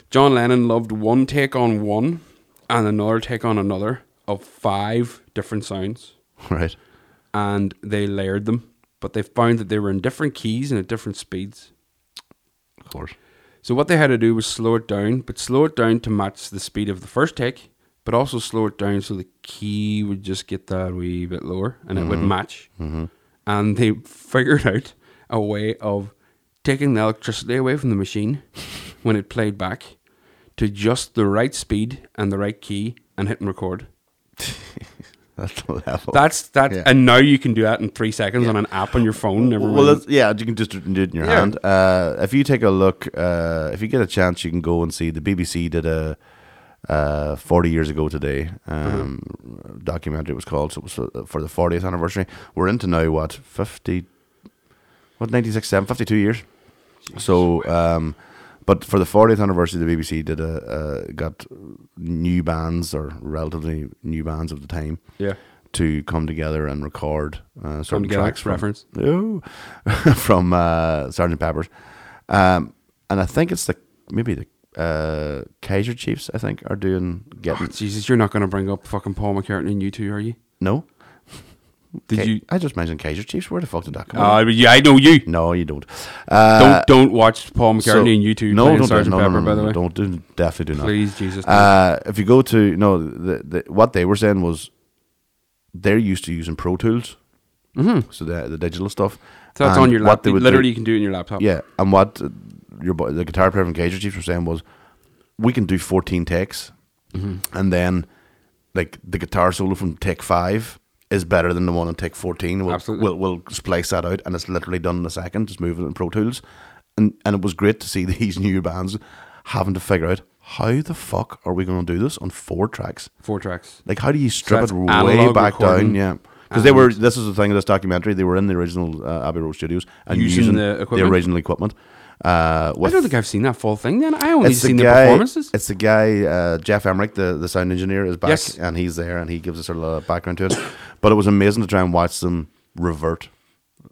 [SPEAKER 7] John Lennon loved one take on one and another take on another of five different sounds,
[SPEAKER 9] right.
[SPEAKER 7] and they layered them. But they found that they were in different keys and at different speeds.
[SPEAKER 9] Of course.
[SPEAKER 7] So what they had to do was slow it down, but slow it down to match the speed of the first take, but also slow it down so the key would just get that wee bit lower and it would
[SPEAKER 9] Mm-hmm.
[SPEAKER 7] match. And they figured out a way of taking the electricity away from the machine when it played back to just the right speed and the right key and hit and record.
[SPEAKER 9] That's the level.
[SPEAKER 7] That's that,
[SPEAKER 9] Oh, Yeah.
[SPEAKER 7] and now you can do that in three seconds on an app on your phone. Never
[SPEAKER 9] well, that's, yeah, you can just do it in your
[SPEAKER 7] Yeah.
[SPEAKER 9] hand. Uh, if you take a look, uh, if you get a chance, you can go and see the BBC did a uh, 40 years ago today
[SPEAKER 7] Uh-huh.
[SPEAKER 9] um, documentary. It was called so it was for- for the 40th anniversary. We're into now what 50, what 96, 7, 52 years. So, um, but for the 40th anniversary, the BBC did a, a got new bands or relatively new bands of the time
[SPEAKER 7] yeah,
[SPEAKER 9] to come together and record uh, certain
[SPEAKER 7] together,
[SPEAKER 9] tracks from,
[SPEAKER 7] reference.
[SPEAKER 9] Ooh. from uh, Sergeant Pepper's. Um, and I think it's the maybe the uh, Kaiser Chiefs. I think are doing getting
[SPEAKER 7] Oh, Jesus, you're not going to bring up fucking Paul McCartney and you two, are you?
[SPEAKER 9] no.
[SPEAKER 7] Did
[SPEAKER 9] Ka-
[SPEAKER 7] you?
[SPEAKER 9] I just mentioned Kaiser Chiefs. Where the fuck did that come?
[SPEAKER 7] Uh,
[SPEAKER 9] from?
[SPEAKER 7] yeah, I know you.
[SPEAKER 9] No, you don't. Uh,
[SPEAKER 7] don't don't watch Paul McCartney
[SPEAKER 9] so-
[SPEAKER 7] and you two playing
[SPEAKER 9] don't do it.
[SPEAKER 7] Sergeant Pepper. by the way,
[SPEAKER 9] Don't do definitely do not.
[SPEAKER 7] please, Jesus. no.
[SPEAKER 9] Uh, if you go to no, the, the, what they were saying was they're used to using Pro Tools, mm-hmm. so the the digital stuff.
[SPEAKER 7] so that's
[SPEAKER 9] And
[SPEAKER 7] on your
[SPEAKER 9] what
[SPEAKER 7] laptop.
[SPEAKER 9] they would do-
[SPEAKER 7] Literally, you can do it in your laptop.
[SPEAKER 9] yeah, and what your bo- the guitar player from Kaiser Chiefs were saying was, we can do fourteen takes, and then like the guitar solo from take five is better than the one on take fourteen. We'll,
[SPEAKER 7] Absolutely.
[SPEAKER 9] we'll we'll splice that out, and it's literally done in a second. Just move it in Pro Tools, and and it was great to see these new bands having to figure out how the fuck are we going to do this on four tracks.
[SPEAKER 7] four tracks.
[SPEAKER 9] Like, how do you strip
[SPEAKER 7] that's
[SPEAKER 9] it way
[SPEAKER 7] analog
[SPEAKER 9] back
[SPEAKER 7] recording
[SPEAKER 9] down? Yeah, because they were.
[SPEAKER 7] and-
[SPEAKER 9] This is the thing of this documentary. They were in the original uh, Abbey Road Studios and
[SPEAKER 7] Using
[SPEAKER 9] using,
[SPEAKER 7] the equipment?
[SPEAKER 9] original equipment. Uh,
[SPEAKER 7] I
[SPEAKER 9] with,
[SPEAKER 7] don't think I've seen that full thing. Then I only
[SPEAKER 9] it's the
[SPEAKER 7] seen the,
[SPEAKER 9] guy.
[SPEAKER 7] performances.
[SPEAKER 9] It's the guy uh, Jeff Emmerich, the, the sound engineer, is back
[SPEAKER 7] Yes.
[SPEAKER 9] and he's there and he gives us sort of a background to it. But it was amazing to try and watch them revert,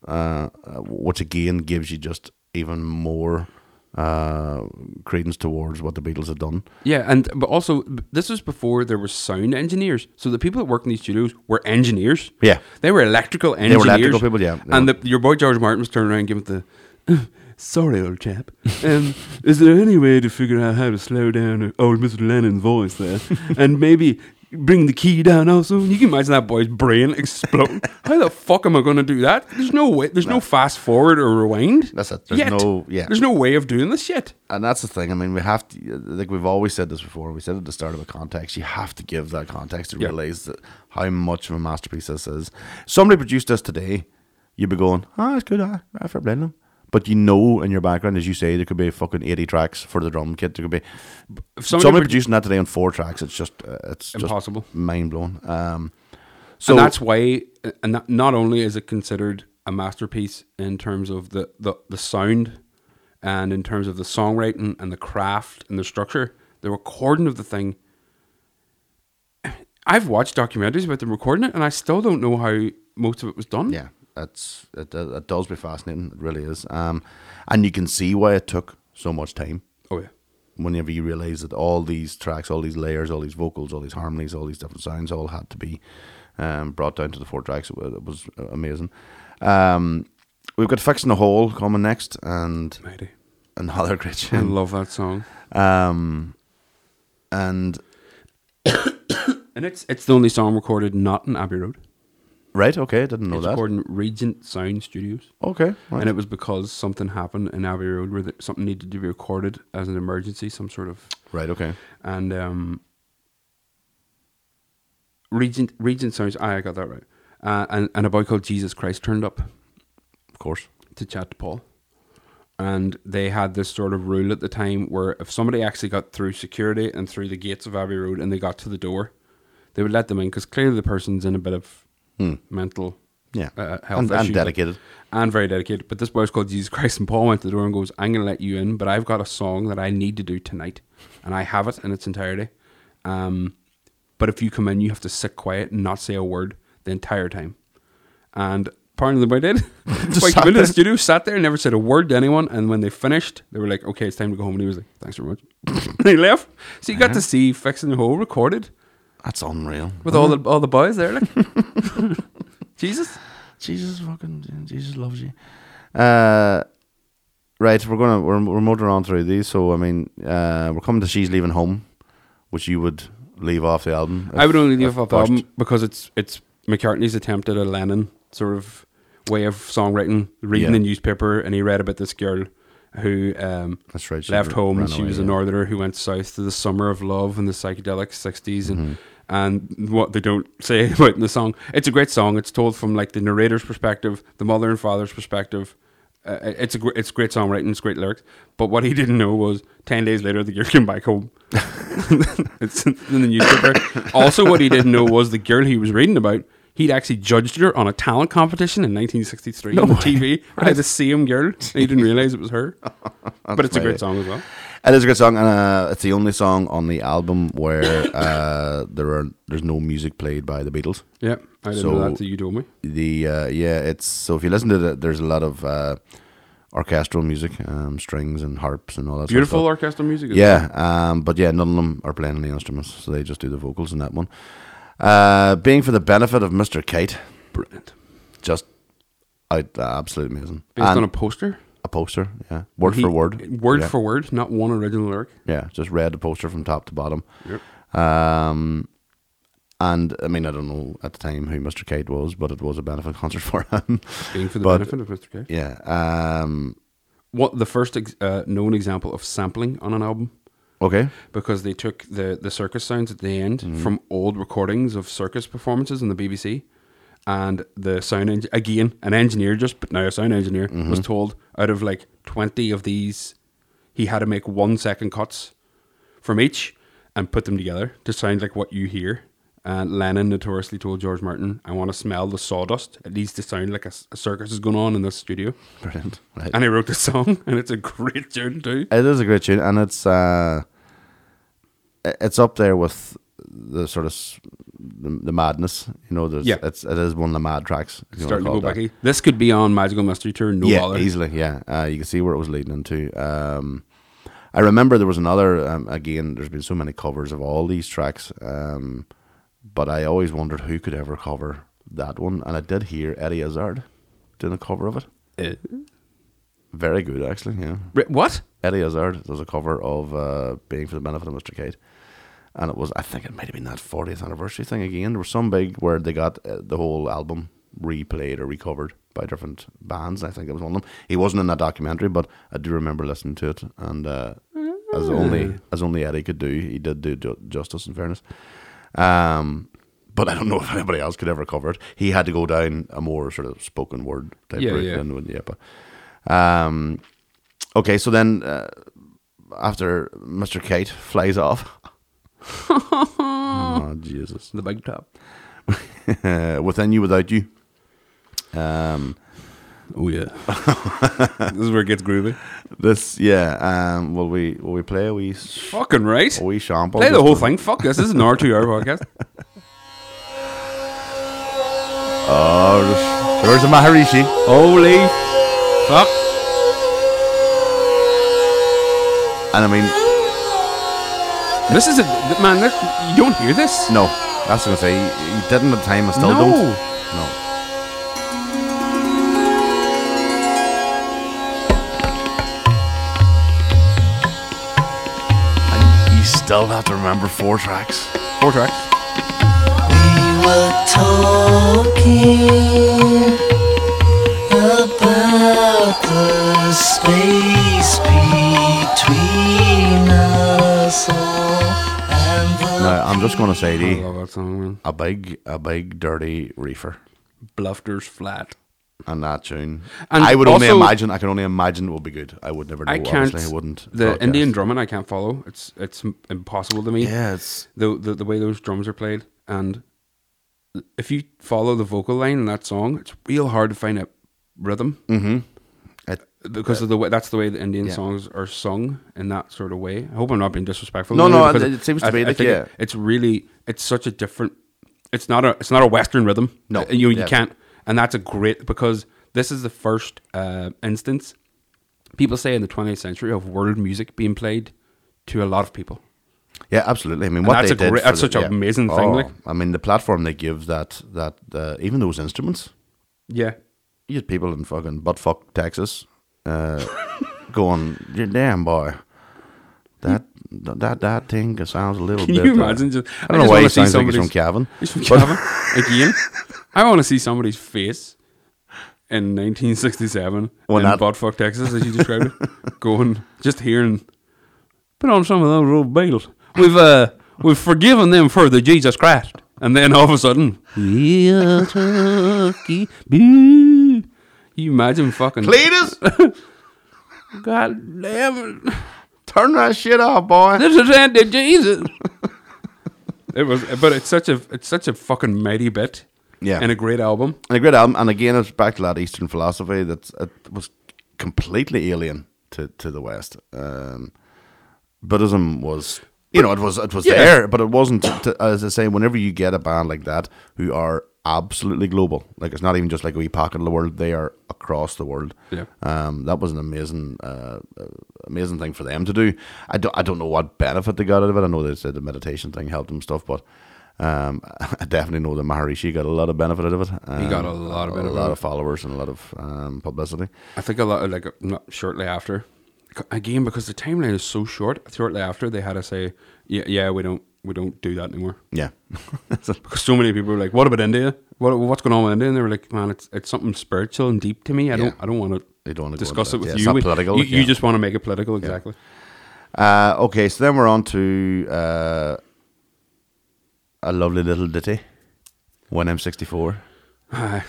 [SPEAKER 9] uh, uh, which again gives you just even more uh, credence towards what the Beatles have done.
[SPEAKER 7] Yeah, and but also b- this was before there were sound engineers. So the people that worked in these studios were engineers.
[SPEAKER 9] Yeah.
[SPEAKER 7] they were electrical engineers.
[SPEAKER 9] were electrical people, yeah. They
[SPEAKER 7] and
[SPEAKER 9] were.
[SPEAKER 7] the, your boy George Martin was turning around and giving it the. Sorry, old chap. Um, is there any way to figure out how to slow down old Mr. Lennon's voice there, and maybe bring the key down also? You can imagine that boy's brain exploding. how the fuck am I going to do that? There's no way. There's no, fast forward or rewind.
[SPEAKER 9] That's it. There's
[SPEAKER 7] yet.
[SPEAKER 9] no- yeah.
[SPEAKER 7] There's no way of doing this yet.
[SPEAKER 9] and that's the thing. I mean, we have to, like we've always said this before. We said at the start of a context, you have to give that context to
[SPEAKER 7] Yeah.
[SPEAKER 9] realize that how much of a masterpiece this is. Somebody produced this today, you'd be going, "Ah, it's good. Ah, right for blending." But you know, in your background, as you say, there could be fucking eighty tracks for the drum kit. There could be
[SPEAKER 7] If
[SPEAKER 9] somebody,
[SPEAKER 7] somebody produ-
[SPEAKER 9] producing that today on four tracks. It's just, uh, it's just
[SPEAKER 7] Impossible.
[SPEAKER 9] mind blowing. Um, so
[SPEAKER 7] and that's why, and that, not only is it considered a masterpiece in terms of the, the, the sound and in terms of the songwriting and the craft and the structure, the recording of the thing. I've watched documentaries about them recording it, and I still don't know how most of it was done.
[SPEAKER 9] yeah, that's it, do- it. Does be fascinating. It really is. Um, and you can see why it took so much time.
[SPEAKER 7] Oh yeah.
[SPEAKER 9] whenever you realize that all these tracks, all these layers, all these vocals, all these harmonies, all these different sounds, all had to be um, brought down to the four tracks. It wa- it was amazing. Um, we've got fixing the hole coming next, and
[SPEAKER 7] Mighty.
[SPEAKER 9] another great
[SPEAKER 7] I
[SPEAKER 9] tune.
[SPEAKER 7] love that song,
[SPEAKER 9] Um, and
[SPEAKER 7] and it's it's the only song recorded not in Abbey Road.
[SPEAKER 9] right, okay, I didn't know
[SPEAKER 7] it's
[SPEAKER 9] that.
[SPEAKER 7] recorded in Regent Sound Studios.
[SPEAKER 9] Okay, right.
[SPEAKER 7] And it was because something happened in Abbey Road where th- something needed to be recorded as an emergency, some sort of.
[SPEAKER 9] right, okay.
[SPEAKER 7] And um, Regent Regent Sounds, aye, I got that right. Uh, and, and a boy called Jesus Christ turned up
[SPEAKER 9] Of course,
[SPEAKER 7] to chat to Paul. And they had this sort of rule at the time where if somebody actually got through security and through the gates of Abbey Road and they got to the door, they would let them in because clearly the person's in a bit of mental
[SPEAKER 9] Hmm. yeah,
[SPEAKER 7] uh, health
[SPEAKER 9] and, and
[SPEAKER 7] issues.
[SPEAKER 9] dedicated.
[SPEAKER 7] and very dedicated. But this boy was called Jesus Christ, and Paul went to the door and goes, "I'm going to let you in, but I've got a song that I need to do tonight, and I have it in its entirety. Um, but if you come in, you have to sit quiet and not say a word the entire time." And apparently, the boy did. boy
[SPEAKER 9] sat
[SPEAKER 7] came into
[SPEAKER 9] there.
[SPEAKER 7] the studio, sat there, never said a word to anyone. And when they finished, they were like, "Okay, it's time to go home." And he was like, "Thanks very much." and he left. So you got to see fixing the hole recorded
[SPEAKER 9] That's unreal.
[SPEAKER 7] Uh-huh. with all the all the boys there. Like, Jesus.
[SPEAKER 9] Jesus fucking Jesus loves you. Uh, right, we're gonna we're, we're motoring on through these. So I mean, uh, we're coming to she's leaving home, which you would leave off the album.
[SPEAKER 7] I would
[SPEAKER 9] if-
[SPEAKER 7] only
[SPEAKER 9] if
[SPEAKER 7] leave off the
[SPEAKER 9] pushed.
[SPEAKER 7] album because it's it's McCartney's attempt at a Lennon sort of way of songwriting, reading
[SPEAKER 9] Yeah.
[SPEAKER 7] the newspaper, and he read about this girl who um,
[SPEAKER 9] That's right, she
[SPEAKER 7] left
[SPEAKER 9] r-
[SPEAKER 7] home.
[SPEAKER 9] ran
[SPEAKER 7] and She
[SPEAKER 9] away,
[SPEAKER 7] was a
[SPEAKER 9] yeah.
[SPEAKER 7] northerner who went south to the summer of love and the psychedelic sixties and.
[SPEAKER 9] Mm-hmm.
[SPEAKER 7] And what they don't say about in the song, it's a great song. It's told from like the narrator's perspective, the mother and father's perspective. Uh, it's a gr- it's great songwriting, it's great lyrics. But what he didn't know was ten days later the girl came back home. it's in the newspaper. also, what he didn't know was the girl he was reading about. He'd actually judged her on a talent competition in 1963 on the TV by the same girl. And he didn't realize it was her. but it's a
[SPEAKER 9] amazing.
[SPEAKER 7] great song as well.
[SPEAKER 9] It is a good song, and uh, it's the only song on the album where uh, there are there's no music played by the Beatles.
[SPEAKER 7] Yeah, I didn't
[SPEAKER 9] So-
[SPEAKER 7] know that till you told me.
[SPEAKER 9] The uh, yeah, it's so if you listen to it, there's a lot of uh, orchestral music, um, strings and harps and all that. sort of
[SPEAKER 7] Beautiful
[SPEAKER 9] stuff.
[SPEAKER 7] orchestral music. isn't
[SPEAKER 9] Yeah, um, but yeah, none of them are playing any instruments, so they just do the vocals in that one. Uh, being for the benefit of Mr. Kate,
[SPEAKER 7] it? Brilliant.
[SPEAKER 9] just out, absolutely amazing.
[SPEAKER 7] Based
[SPEAKER 9] And
[SPEAKER 7] on a poster.
[SPEAKER 9] a poster, yeah, word
[SPEAKER 7] He-
[SPEAKER 9] for word,
[SPEAKER 7] Word
[SPEAKER 9] yeah.
[SPEAKER 7] for word, not one original lyric.
[SPEAKER 9] yeah, just read the poster from top to bottom.
[SPEAKER 7] Yep.
[SPEAKER 9] Um, and I mean, I don't know at the time who Mr. Kate was, but it was a benefit concert for him.
[SPEAKER 7] Being for the
[SPEAKER 9] But-
[SPEAKER 7] benefit of Mr. K.
[SPEAKER 9] yeah. Um,
[SPEAKER 7] What the first ex- uh, known example of sampling on an album
[SPEAKER 9] okay.
[SPEAKER 7] because they took the the circus sounds at the end from old recordings of circus performances on the BBC, and the sound eng- again an engineer just but now a sound engineer was told out of like twenty of these, he had to make one second cuts from each and put them together to sound like what you hear. And Lennon notoriously told George Martin, "I want to smell the sawdust. It needs to sound like a, s- a circus is going on in this studio."
[SPEAKER 9] Brilliant. Right.
[SPEAKER 7] And he wrote this song, and it's a great tune too.
[SPEAKER 9] It is a great tune, and it's uh, i- it's up there with the sort of s- the, the madness. You know, there's
[SPEAKER 7] Yeah.
[SPEAKER 9] it's it is one of the mad tracks. if you wanna
[SPEAKER 7] Starting to
[SPEAKER 9] call
[SPEAKER 7] go
[SPEAKER 9] it that.
[SPEAKER 7] back. here. This could be on Magical Mystery Tour, no
[SPEAKER 9] yeah,
[SPEAKER 7] bother.
[SPEAKER 9] easily. Yeah, uh, you can see where it was leading into. Um, I remember there was another. Um, again, there's been so many covers of all these tracks, um, but I always wondered who could ever cover that one, and I did hear Eddie Izzard doing a cover of it.
[SPEAKER 7] Eh.
[SPEAKER 9] Very good, actually. Yeah,
[SPEAKER 7] Ri- What?
[SPEAKER 9] Eddie Izzard does a cover of uh, "Being for the Benefit of Mr. Kate," and it was. I think it might have been that 40th anniversary thing again. There was some big where they got uh, the whole album replayed or recovered by different bands. I think it was one of them. He wasn't in that documentary, but I do remember listening to it. And uh, as
[SPEAKER 7] Mm.
[SPEAKER 9] only as only Eddie could do, he did do ju- justice and fairness. Um, but I don't know if anybody else could ever cover it. He had to go down a more sort of spoken word type
[SPEAKER 7] Yeah,
[SPEAKER 9] route
[SPEAKER 7] yeah.
[SPEAKER 9] than would- yeah, but um, okay, so then uh, after Mr. Kate flies off. oh, Jesus.
[SPEAKER 7] The big top.
[SPEAKER 9] Within You Without You.
[SPEAKER 7] Oh yeah. this is where it gets groovy.
[SPEAKER 9] This, yeah. Um, will we will we play a wee, s-
[SPEAKER 7] Fucking right.
[SPEAKER 9] a wee sample?
[SPEAKER 7] Play the
[SPEAKER 9] just
[SPEAKER 7] whole
[SPEAKER 9] to-
[SPEAKER 7] thing. Fuck this. This is an hour two hour podcast.
[SPEAKER 9] Where's the Maharishi?
[SPEAKER 7] Holy fuck.
[SPEAKER 9] And I mean,
[SPEAKER 7] This is a th- man. This, you don't hear this.
[SPEAKER 9] no. That's what I'm going to say. You you didn't at the time. I still
[SPEAKER 7] No.
[SPEAKER 9] don't. No. And you still have to remember four tracks.
[SPEAKER 7] Four tracks.
[SPEAKER 9] Now, I'm just going to say to
[SPEAKER 7] I
[SPEAKER 9] you,
[SPEAKER 7] love that song, man.
[SPEAKER 9] a big, a big dirty reefer.
[SPEAKER 7] Bluffter's flat.
[SPEAKER 9] And that tune,
[SPEAKER 7] And
[SPEAKER 9] I would only
[SPEAKER 7] also-
[SPEAKER 9] imagine. I can only imagine it would be good. I would never know.
[SPEAKER 7] I can't.
[SPEAKER 9] Obviously, I wouldn't.
[SPEAKER 7] The
[SPEAKER 9] broadcast.
[SPEAKER 7] Indian drumming I can't follow. It's it's m- impossible to me.
[SPEAKER 9] Yeah, it's
[SPEAKER 7] the, the the way those drums are played and if you follow the vocal line in that song it's real hard to find a rhythm
[SPEAKER 9] Mm-hmm. it,
[SPEAKER 7] because of the way that's the way the indian
[SPEAKER 9] Yeah.
[SPEAKER 7] songs are sung in that sort of way i hope i'm not being disrespectful
[SPEAKER 9] No,
[SPEAKER 7] Only
[SPEAKER 9] no,
[SPEAKER 7] because
[SPEAKER 9] it- it seems to be that,
[SPEAKER 7] think
[SPEAKER 9] yeah.
[SPEAKER 7] it- it's really it's such a different it's not a it's not a western rhythm
[SPEAKER 9] No,
[SPEAKER 7] Uh, you, you
[SPEAKER 9] yeah.
[SPEAKER 7] can't and that's a great because this is the first uh, instance people say in the 20th century of world music being played to a lot of people
[SPEAKER 9] yeah, absolutely. I mean, what
[SPEAKER 7] that's
[SPEAKER 9] they
[SPEAKER 7] a
[SPEAKER 9] did
[SPEAKER 7] great-
[SPEAKER 9] for
[SPEAKER 7] that's
[SPEAKER 9] the-
[SPEAKER 7] such an
[SPEAKER 9] yeah.
[SPEAKER 7] amazing thing,
[SPEAKER 9] Oh,
[SPEAKER 7] like.
[SPEAKER 9] I mean, the platform they give that that uh, even those instruments,
[SPEAKER 7] yeah
[SPEAKER 9] you had people in fucking butt fuck Texas, uh, going, "You damn boy." That that that thing sounds a little
[SPEAKER 7] Can
[SPEAKER 9] bit.
[SPEAKER 7] you
[SPEAKER 9] uh,
[SPEAKER 7] imagine? Just,
[SPEAKER 9] I don't know
[SPEAKER 7] just
[SPEAKER 9] why
[SPEAKER 7] wanna
[SPEAKER 9] he
[SPEAKER 7] see
[SPEAKER 9] sounds like he's from
[SPEAKER 7] somebody's-
[SPEAKER 9] Cavan.
[SPEAKER 7] He's from
[SPEAKER 9] but-
[SPEAKER 7] Cavan again. I want to see somebody's face in 1967
[SPEAKER 9] When
[SPEAKER 7] in
[SPEAKER 9] that-
[SPEAKER 7] buttfuck Texas, as you described it, going just hearing. Put on some of those old Beatles. We've uh, we've forgiven them for the Jesus Christ, and then all of a sudden, yeah, turkey, boo. You imagine fucking
[SPEAKER 9] Ladies,
[SPEAKER 7] God damn it.
[SPEAKER 9] turn that shit off, boy.
[SPEAKER 7] This is Andy Jesus. it was, but it's such a it's such a fucking mighty bit.
[SPEAKER 9] Yeah.
[SPEAKER 7] and a great album.
[SPEAKER 9] and a great album. And again, it's back to that Eastern philosophy that it was completely alien to, to the West. Um, Buddhism was, you know, it was it was
[SPEAKER 7] Yeah.
[SPEAKER 9] there, but it wasn't. To, as I say, whenever you get a band like that who are absolutely global. Like it's not even just like a wee pocket of the world; they are across the world.
[SPEAKER 7] Yeah.
[SPEAKER 9] Um, that was an amazing, uh, uh, amazing thing for them to do. I don't, I don't know what benefit they got out of it. I know they said the meditation thing helped them stuff, but um, I definitely know that Maharishi got a lot of benefit out of it. Um,
[SPEAKER 7] He got a lot of
[SPEAKER 9] a
[SPEAKER 7] benefit out
[SPEAKER 9] lot
[SPEAKER 7] of
[SPEAKER 9] of
[SPEAKER 7] it.
[SPEAKER 9] followers, and a lot of um, publicity.
[SPEAKER 7] I think a lot of like not shortly after, again because the timeline is so short. Shortly after they had to say, yeah, yeah, we don't we don't do that anymore.
[SPEAKER 9] Yeah,
[SPEAKER 7] Because so many people were like, "What about India? What what's going on with India?" And they were like, "Man, it's it's something spiritual and deep to me. I don't
[SPEAKER 9] Yeah.
[SPEAKER 7] I don't want
[SPEAKER 9] They don't wanna
[SPEAKER 7] to
[SPEAKER 9] go
[SPEAKER 7] discuss
[SPEAKER 9] into
[SPEAKER 7] it
[SPEAKER 9] that. Yeah,
[SPEAKER 7] with you.
[SPEAKER 9] it's not
[SPEAKER 7] We-
[SPEAKER 9] political,
[SPEAKER 7] You, you
[SPEAKER 9] yeah.
[SPEAKER 7] just want to make it political, exactly."
[SPEAKER 9] Uh, okay, so then we're on to uh, a lovely little ditty, One M sixty four.
[SPEAKER 7] Ah,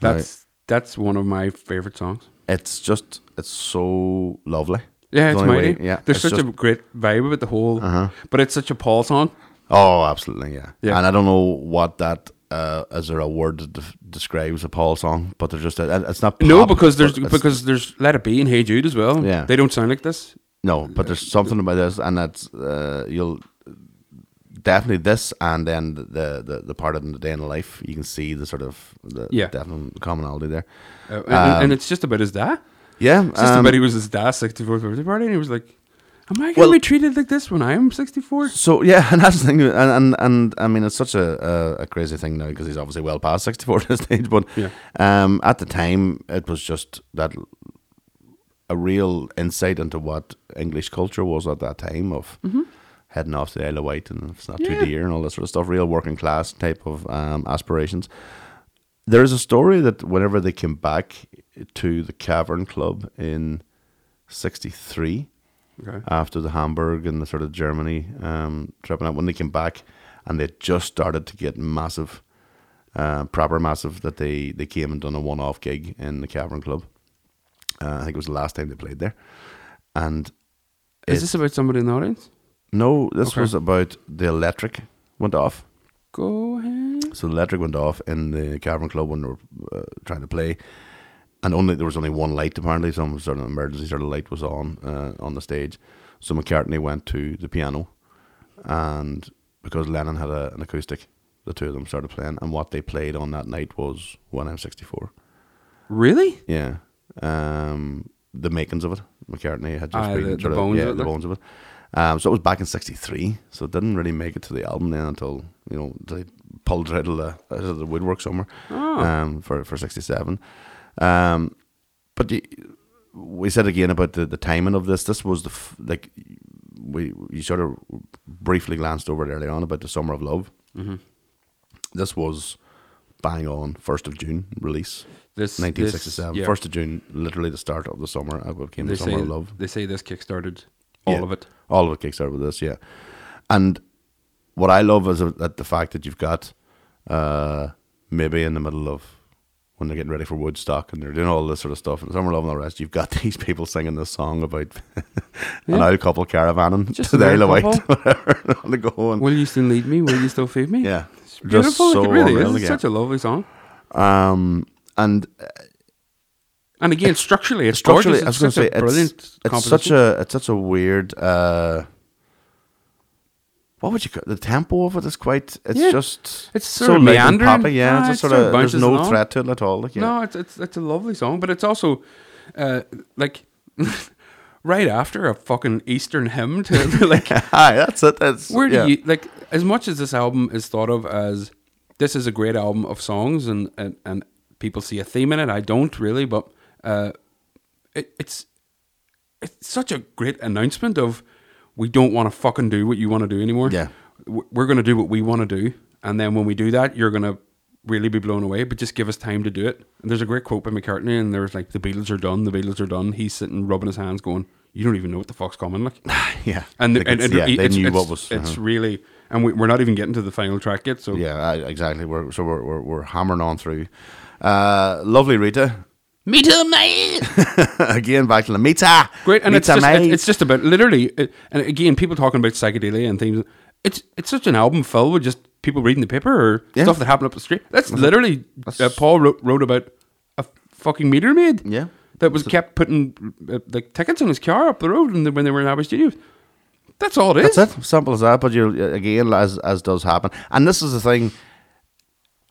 [SPEAKER 7] that's that's one of my favorite songs.
[SPEAKER 9] It's just it's so lovely.
[SPEAKER 7] Yeah,
[SPEAKER 9] The
[SPEAKER 7] it's
[SPEAKER 9] only way-
[SPEAKER 7] mighty.
[SPEAKER 9] Yeah,
[SPEAKER 7] there's
[SPEAKER 9] it's
[SPEAKER 7] such
[SPEAKER 9] just- Uh-huh.
[SPEAKER 7] a great vibe about the whole, but it's such a Paul song.
[SPEAKER 9] oh, absolutely, yeah.
[SPEAKER 7] Yeah.
[SPEAKER 9] And I don't know what that uh, is. There a word that def- describes a Paul song, but there's just a, it's not.
[SPEAKER 7] No,
[SPEAKER 9] pop,
[SPEAKER 7] because there's
[SPEAKER 9] but it's-
[SPEAKER 7] because there's Let It Be and Hey Jude as well.
[SPEAKER 9] Yeah.
[SPEAKER 7] they don't sound like this.
[SPEAKER 9] No, but there's something about this, and that's uh, you'll definitely this, and then the the, the part of the day in the life. You can see the sort of the
[SPEAKER 7] Yeah.
[SPEAKER 9] definite commonality there.
[SPEAKER 7] Uh, and, and it's just about his dad.
[SPEAKER 9] Yeah,
[SPEAKER 7] It's just
[SPEAKER 9] um,
[SPEAKER 7] about he was his dad's 64th birthday party, and he was like, "Am I gonna
[SPEAKER 9] Well-
[SPEAKER 7] be treated like this when I am 64?"
[SPEAKER 9] So yeah, and that's the thing, and and, and I mean it's such a, a, a crazy thing now because he's obviously well past sixty four at this stage, but
[SPEAKER 7] Yeah.
[SPEAKER 9] um, at the time it was just that l- a real insight into what English culture was at that time of heading off to the Isle of Wight and if it's not
[SPEAKER 7] Mm-hmm. Yeah.
[SPEAKER 9] too dear and all that sort of stuff, real working class type of um, aspirations. There is a story that whenever they came back to the Cavern Club in sixty three
[SPEAKER 7] Okay.
[SPEAKER 9] after the Hamburg and the sort of Germany um, trip, and that, when they came back, and they just started to get massive, uh, proper massive, that they they came and done a one off gig in the Cavern Club. Uh, I think it was the last time they played there, and
[SPEAKER 7] Is
[SPEAKER 9] it-
[SPEAKER 7] this about somebody in the audience?
[SPEAKER 9] no, this
[SPEAKER 7] Okay.
[SPEAKER 9] was about the electric went off.
[SPEAKER 7] Go ahead.
[SPEAKER 9] So the electric went off in the Cavern Club when they were uh, trying to play, and only there was only one light apparently. Some sort of emergency sort of light was on uh, on the stage. So McCartney went to the piano, and because Lennon had a, an acoustic, the two of them started playing. And what they played on that night was One M sixty four.
[SPEAKER 7] Really?
[SPEAKER 9] Yeah, um, the makings of it. McCartney had just
[SPEAKER 7] Aye,
[SPEAKER 9] been
[SPEAKER 7] the- the
[SPEAKER 9] sort
[SPEAKER 7] bones
[SPEAKER 9] yeah,
[SPEAKER 7] of it,
[SPEAKER 9] the
[SPEAKER 7] like.
[SPEAKER 9] bones of it. Um, so it was back in '63. So it didn't really make it to the album then until you know they pulled it out of the, out of the woodwork somewhere
[SPEAKER 7] Oh.
[SPEAKER 9] um, for for '67. Um, but you, we said again about the, the timing of this. This was the f- like we you sort of briefly glanced over it earlier on about the summer of love. Mm-hmm. This was bang on first of June release.
[SPEAKER 7] This- this-
[SPEAKER 9] 1967,
[SPEAKER 7] yeah.
[SPEAKER 9] first of June, literally the start of the summer. I became
[SPEAKER 7] They
[SPEAKER 9] the
[SPEAKER 7] say
[SPEAKER 9] summer of love.
[SPEAKER 7] they say this kickstarted all
[SPEAKER 9] Yeah.
[SPEAKER 7] of it.
[SPEAKER 9] All of it kickstarted with this, yeah. And what I love is that the fact that you've got uh, maybe in the middle of when they're getting ready for Woodstock and they're doing all this sort of stuff and summer love and all the rest, you've got these people singing this song about an
[SPEAKER 7] Yeah.
[SPEAKER 9] old couple caravanning
[SPEAKER 7] Just
[SPEAKER 9] to the
[SPEAKER 7] an
[SPEAKER 9] Isle of
[SPEAKER 7] old
[SPEAKER 9] Wight,
[SPEAKER 7] couple.
[SPEAKER 9] whatever, on the go and
[SPEAKER 7] Will you still need me? Will you still feed me?
[SPEAKER 9] yeah,
[SPEAKER 7] It's beautiful. like, it really is.
[SPEAKER 9] unreal,
[SPEAKER 7] It's
[SPEAKER 9] yeah.
[SPEAKER 7] such a lovely song.
[SPEAKER 9] um and
[SPEAKER 7] And again, structurally, it's
[SPEAKER 9] structurally,
[SPEAKER 7] gorgeous.
[SPEAKER 9] I was
[SPEAKER 7] It's
[SPEAKER 9] going to
[SPEAKER 7] such
[SPEAKER 9] say
[SPEAKER 7] a brilliant
[SPEAKER 9] it's, it's such
[SPEAKER 7] composition.
[SPEAKER 9] a it's such a weird. Uh, what would you call the tempo of it? Is quite. It's
[SPEAKER 7] Yeah.
[SPEAKER 9] just.
[SPEAKER 7] It's
[SPEAKER 9] so
[SPEAKER 7] sort of
[SPEAKER 9] light and
[SPEAKER 7] meandering.
[SPEAKER 9] poppy, yeah,
[SPEAKER 7] Ah,
[SPEAKER 9] it's
[SPEAKER 7] it's
[SPEAKER 9] just sort
[SPEAKER 7] sort of
[SPEAKER 9] of. There's
[SPEAKER 7] bounces
[SPEAKER 9] no
[SPEAKER 7] along.
[SPEAKER 9] threat to it at all. Like, yeah.
[SPEAKER 7] No, it's, it's it's a lovely song, but it's also uh, like right after a fucking Eastern hymn to like
[SPEAKER 9] Aye, that's it. That's
[SPEAKER 7] where do
[SPEAKER 9] yeah.
[SPEAKER 7] you like as much as this album is thought of as this is a great album of songs and and, and people see a theme in it i don't really but uh it, it's it's such a great announcement of we don't want to fucking do what you want to do anymore
[SPEAKER 9] Yeah.
[SPEAKER 7] W- we're going to do what we want to do and then when we do that you're going to really be blown away but just give us time to do it and there's a great quote by mccartney and there's like the beatles are done the beatles are done he's sitting rubbing his hands going you don't even know what the fuck's coming like
[SPEAKER 9] Yeah,
[SPEAKER 7] and,
[SPEAKER 9] Like,
[SPEAKER 7] the, and,
[SPEAKER 9] it's-
[SPEAKER 7] and
[SPEAKER 9] yeah,
[SPEAKER 7] it-
[SPEAKER 9] they
[SPEAKER 7] it's,
[SPEAKER 9] knew
[SPEAKER 7] it's,
[SPEAKER 9] what was.
[SPEAKER 7] it's
[SPEAKER 9] uh-huh.
[SPEAKER 7] really and we, we're not even getting to the final track yet so
[SPEAKER 9] Yeah, I- exactly. We're so we're, we're we're hammering on through. Uh, lovely Rita. Me too, mate. Again, back to the meter.
[SPEAKER 7] great and it's
[SPEAKER 9] Meter,
[SPEAKER 7] just, it-
[SPEAKER 9] mate.
[SPEAKER 7] it's just about literally it, and again people talking about psychedelia and things it's it's such an album filled with just people reading the paper or
[SPEAKER 9] Yeah.
[SPEAKER 7] stuff that happened up the street that's literally uh, paul wrote, wrote about a fucking meter maid
[SPEAKER 9] Yeah.
[SPEAKER 7] that was kept putting uh, like tickets on his car up the road and when they were in Abbey Studios that's all it is
[SPEAKER 9] That's it. Simple as that. But you again, as as does happen, and this is the thing.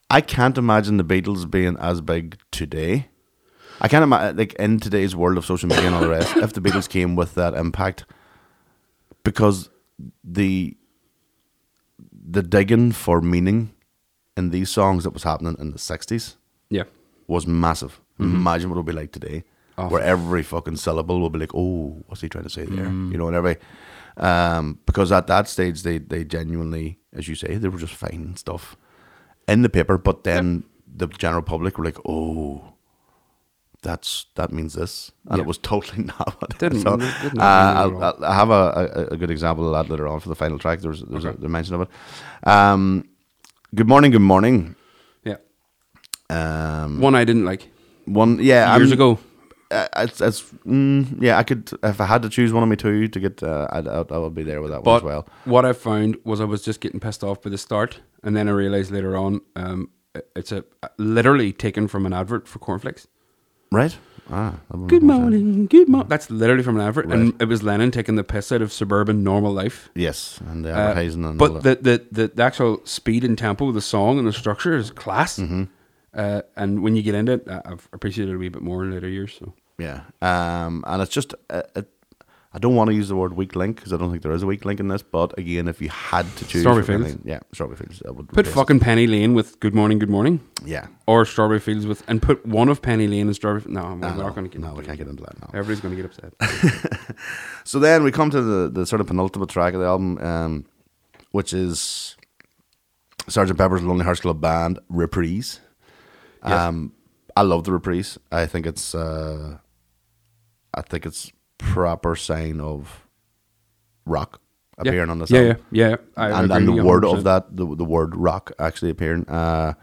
[SPEAKER 9] I can't imagine the Beatles being as big today. I can't imagine, like, in today's world of social media and all the rest, if the Beatles came with that impact, because the the digging for meaning in these songs that was happening in the '60s
[SPEAKER 7] Yeah.
[SPEAKER 9] was massive.
[SPEAKER 7] Mm-hmm.
[SPEAKER 9] Imagine what it'll be like today, where every fucking syllable will be like, "Oh, what's he trying to say there?"
[SPEAKER 7] Mm.
[SPEAKER 9] You know, and every um, because at that stage they they genuinely, as you say, they were just finding stuff in the paper, but then the general public were like, "Oh." That's that means this, and
[SPEAKER 7] Yeah.
[SPEAKER 9] it was totally not what it
[SPEAKER 7] Didn't-
[SPEAKER 9] so,
[SPEAKER 7] didn't mean it
[SPEAKER 9] uh,
[SPEAKER 7] at
[SPEAKER 9] I'll,
[SPEAKER 7] all.
[SPEAKER 9] I'll- I have a, a, a good example of that later on for the final track. There's there's a, the mention of it. Um, good morning, good morning.
[SPEAKER 7] Yeah.
[SPEAKER 9] Um,
[SPEAKER 7] One I didn't like
[SPEAKER 9] one yeah,
[SPEAKER 7] years
[SPEAKER 9] I'm-
[SPEAKER 7] ago.
[SPEAKER 9] uh, it's, it's mm, yeah. I could if I had to choose one of my two to get, uh, I'd, I'd, I would be there with that one
[SPEAKER 7] But
[SPEAKER 9] as well.
[SPEAKER 7] what I found was I was just getting pissed off by the start, and then I realized later on, um, it- it's a literally taken from an advert for cornflakes.
[SPEAKER 9] Right? Ah, that would
[SPEAKER 7] Good
[SPEAKER 9] make more sense.
[SPEAKER 7] morning, good morning. That's literally from an advert, and it was Lennon taking the piss out of suburban normal life.
[SPEAKER 9] Yes, and the
[SPEAKER 7] Uh,
[SPEAKER 9] advertising and all
[SPEAKER 7] but
[SPEAKER 9] that.
[SPEAKER 7] the, the, the, the actual speed and tempo of the song and the structure is class.
[SPEAKER 9] Mm-hmm.
[SPEAKER 7] Uh, and when you get into it, I- I've appreciated it a wee bit more in later years. So
[SPEAKER 9] yeah, um, and it's just uh, it, I don't want to use the word weak link because I don't think there is a weak link in this. But again, if you had to choose,
[SPEAKER 7] Strawberry
[SPEAKER 9] for
[SPEAKER 7] Fields.
[SPEAKER 9] anything- yeah, strawberry fields. I would
[SPEAKER 7] put
[SPEAKER 9] replace it.
[SPEAKER 7] fucking Penny Lane with Good Morning, Good Morning,
[SPEAKER 9] yeah.
[SPEAKER 7] or Strawberry Fields with, and put one of Penny Lane and Strawberry. No, we're
[SPEAKER 9] Ah,
[SPEAKER 7] not going to get.
[SPEAKER 9] no, we can't get into that now.
[SPEAKER 7] Everybody's going to get upset.
[SPEAKER 9] So then we come to the, the sort of penultimate track of the album, um, which is Sergeant Pepper's Lonely Hearts Club Band reprise. Um, I love the reprise. I think it's uh, I think it's proper sign of rock
[SPEAKER 7] Yeah.
[SPEAKER 9] appearing on this
[SPEAKER 7] yeah,
[SPEAKER 9] album
[SPEAKER 7] yeah, yeah, yeah. I
[SPEAKER 9] and,
[SPEAKER 7] agree
[SPEAKER 9] and the
[SPEAKER 7] with you
[SPEAKER 9] word of
[SPEAKER 7] 100%.
[SPEAKER 9] that, the, the word rock actually appearing. Uh,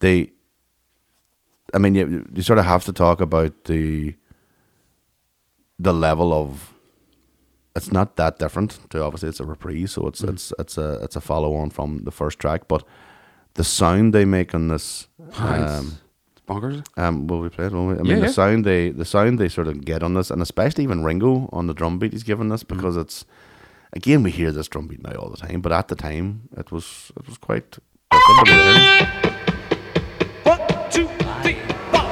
[SPEAKER 9] they, I mean, you, you sort of have to talk about the the level of. It's not that different to obviously it's a reprise, so
[SPEAKER 7] Mm-hmm.
[SPEAKER 9] it's it's it's a it's a follow on from the first track, but the sound they make on this. Um,
[SPEAKER 7] it's bonkers.
[SPEAKER 9] um, will we play it? Will we? I
[SPEAKER 7] Yeah,
[SPEAKER 9] mean, the
[SPEAKER 7] yeah.
[SPEAKER 9] sound they the sound they sort of get on this, and especially even Ringo on the drum beat he's given
[SPEAKER 7] Mm.
[SPEAKER 9] this because it's again we hear this drum beat now all the time, but at the time it was it was quite. different to hear.
[SPEAKER 4] One, two, three, four.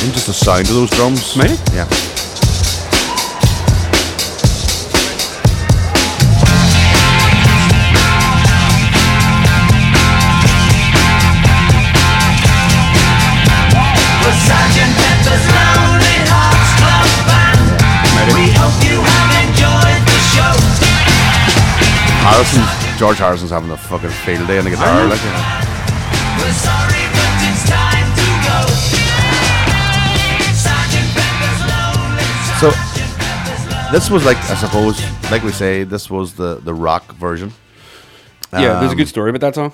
[SPEAKER 9] And just the sound of those drums,
[SPEAKER 7] Really?
[SPEAKER 9] Yeah,
[SPEAKER 4] The Sergeant Pepper's Lonely Hearts Club Band. We hope you have enjoyed the show.
[SPEAKER 9] Harrison, George Harrison's having a fucking field day on the guitar. Like, you know.
[SPEAKER 4] We're sorry, but it's time to go. Sergeant Pepper's Lonely
[SPEAKER 9] So this was like I suppose, like we say, this was the the rock version.
[SPEAKER 7] yeah, there's
[SPEAKER 9] Um,
[SPEAKER 7] a good story about that song.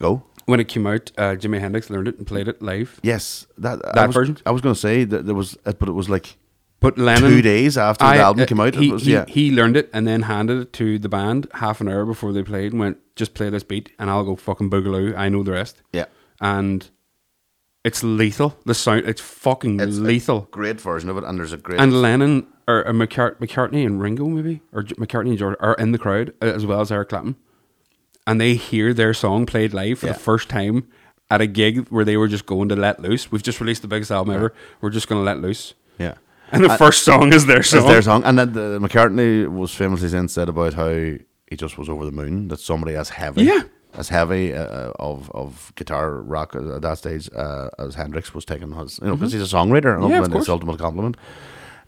[SPEAKER 9] Go.
[SPEAKER 7] When it came out, uh, Jimi Hendrix learned it and played it live.
[SPEAKER 9] Yes, that I
[SPEAKER 7] That
[SPEAKER 9] was,
[SPEAKER 7] version?
[SPEAKER 9] I was going to say that there was, but it was like
[SPEAKER 7] But Lennon,
[SPEAKER 9] two days after the album
[SPEAKER 7] uh,
[SPEAKER 9] came out. it
[SPEAKER 7] he,
[SPEAKER 9] was-
[SPEAKER 7] he,
[SPEAKER 9] yeah.
[SPEAKER 7] he learned it and then handed it to the band half an hour before they played and went, "Just play this beat and I'll go fucking boogaloo. I know the rest."
[SPEAKER 9] Yeah.
[SPEAKER 7] and it's lethal. The sound, it's fucking
[SPEAKER 9] It's a
[SPEAKER 7] lethal.
[SPEAKER 9] great version of it, and there's a great.
[SPEAKER 7] and Lennon or, or McCart- McCartney and Ringo maybe or J- McCartney and Jordan are in the crowd uh, as well as Eric Clapton, and they hear their song played live for
[SPEAKER 9] Yeah.
[SPEAKER 7] the first time at a gig where they were just going to let loose. We've just released the biggest album ever. We're just going to let loose.
[SPEAKER 9] yeah,
[SPEAKER 7] And the first song Uh, is their song.
[SPEAKER 9] it's their song. And then the, McCartney was famously then said about how he just was over the moon that somebody as heavy,
[SPEAKER 7] Yeah.
[SPEAKER 9] as heavy uh, of of guitar rock at that stage uh, as Hendrix was taking his, you know, because he's a songwriter, and
[SPEAKER 7] Mm-hmm. Yeah, of
[SPEAKER 9] ultimately it's
[SPEAKER 7] course.
[SPEAKER 9] ultimate compliment.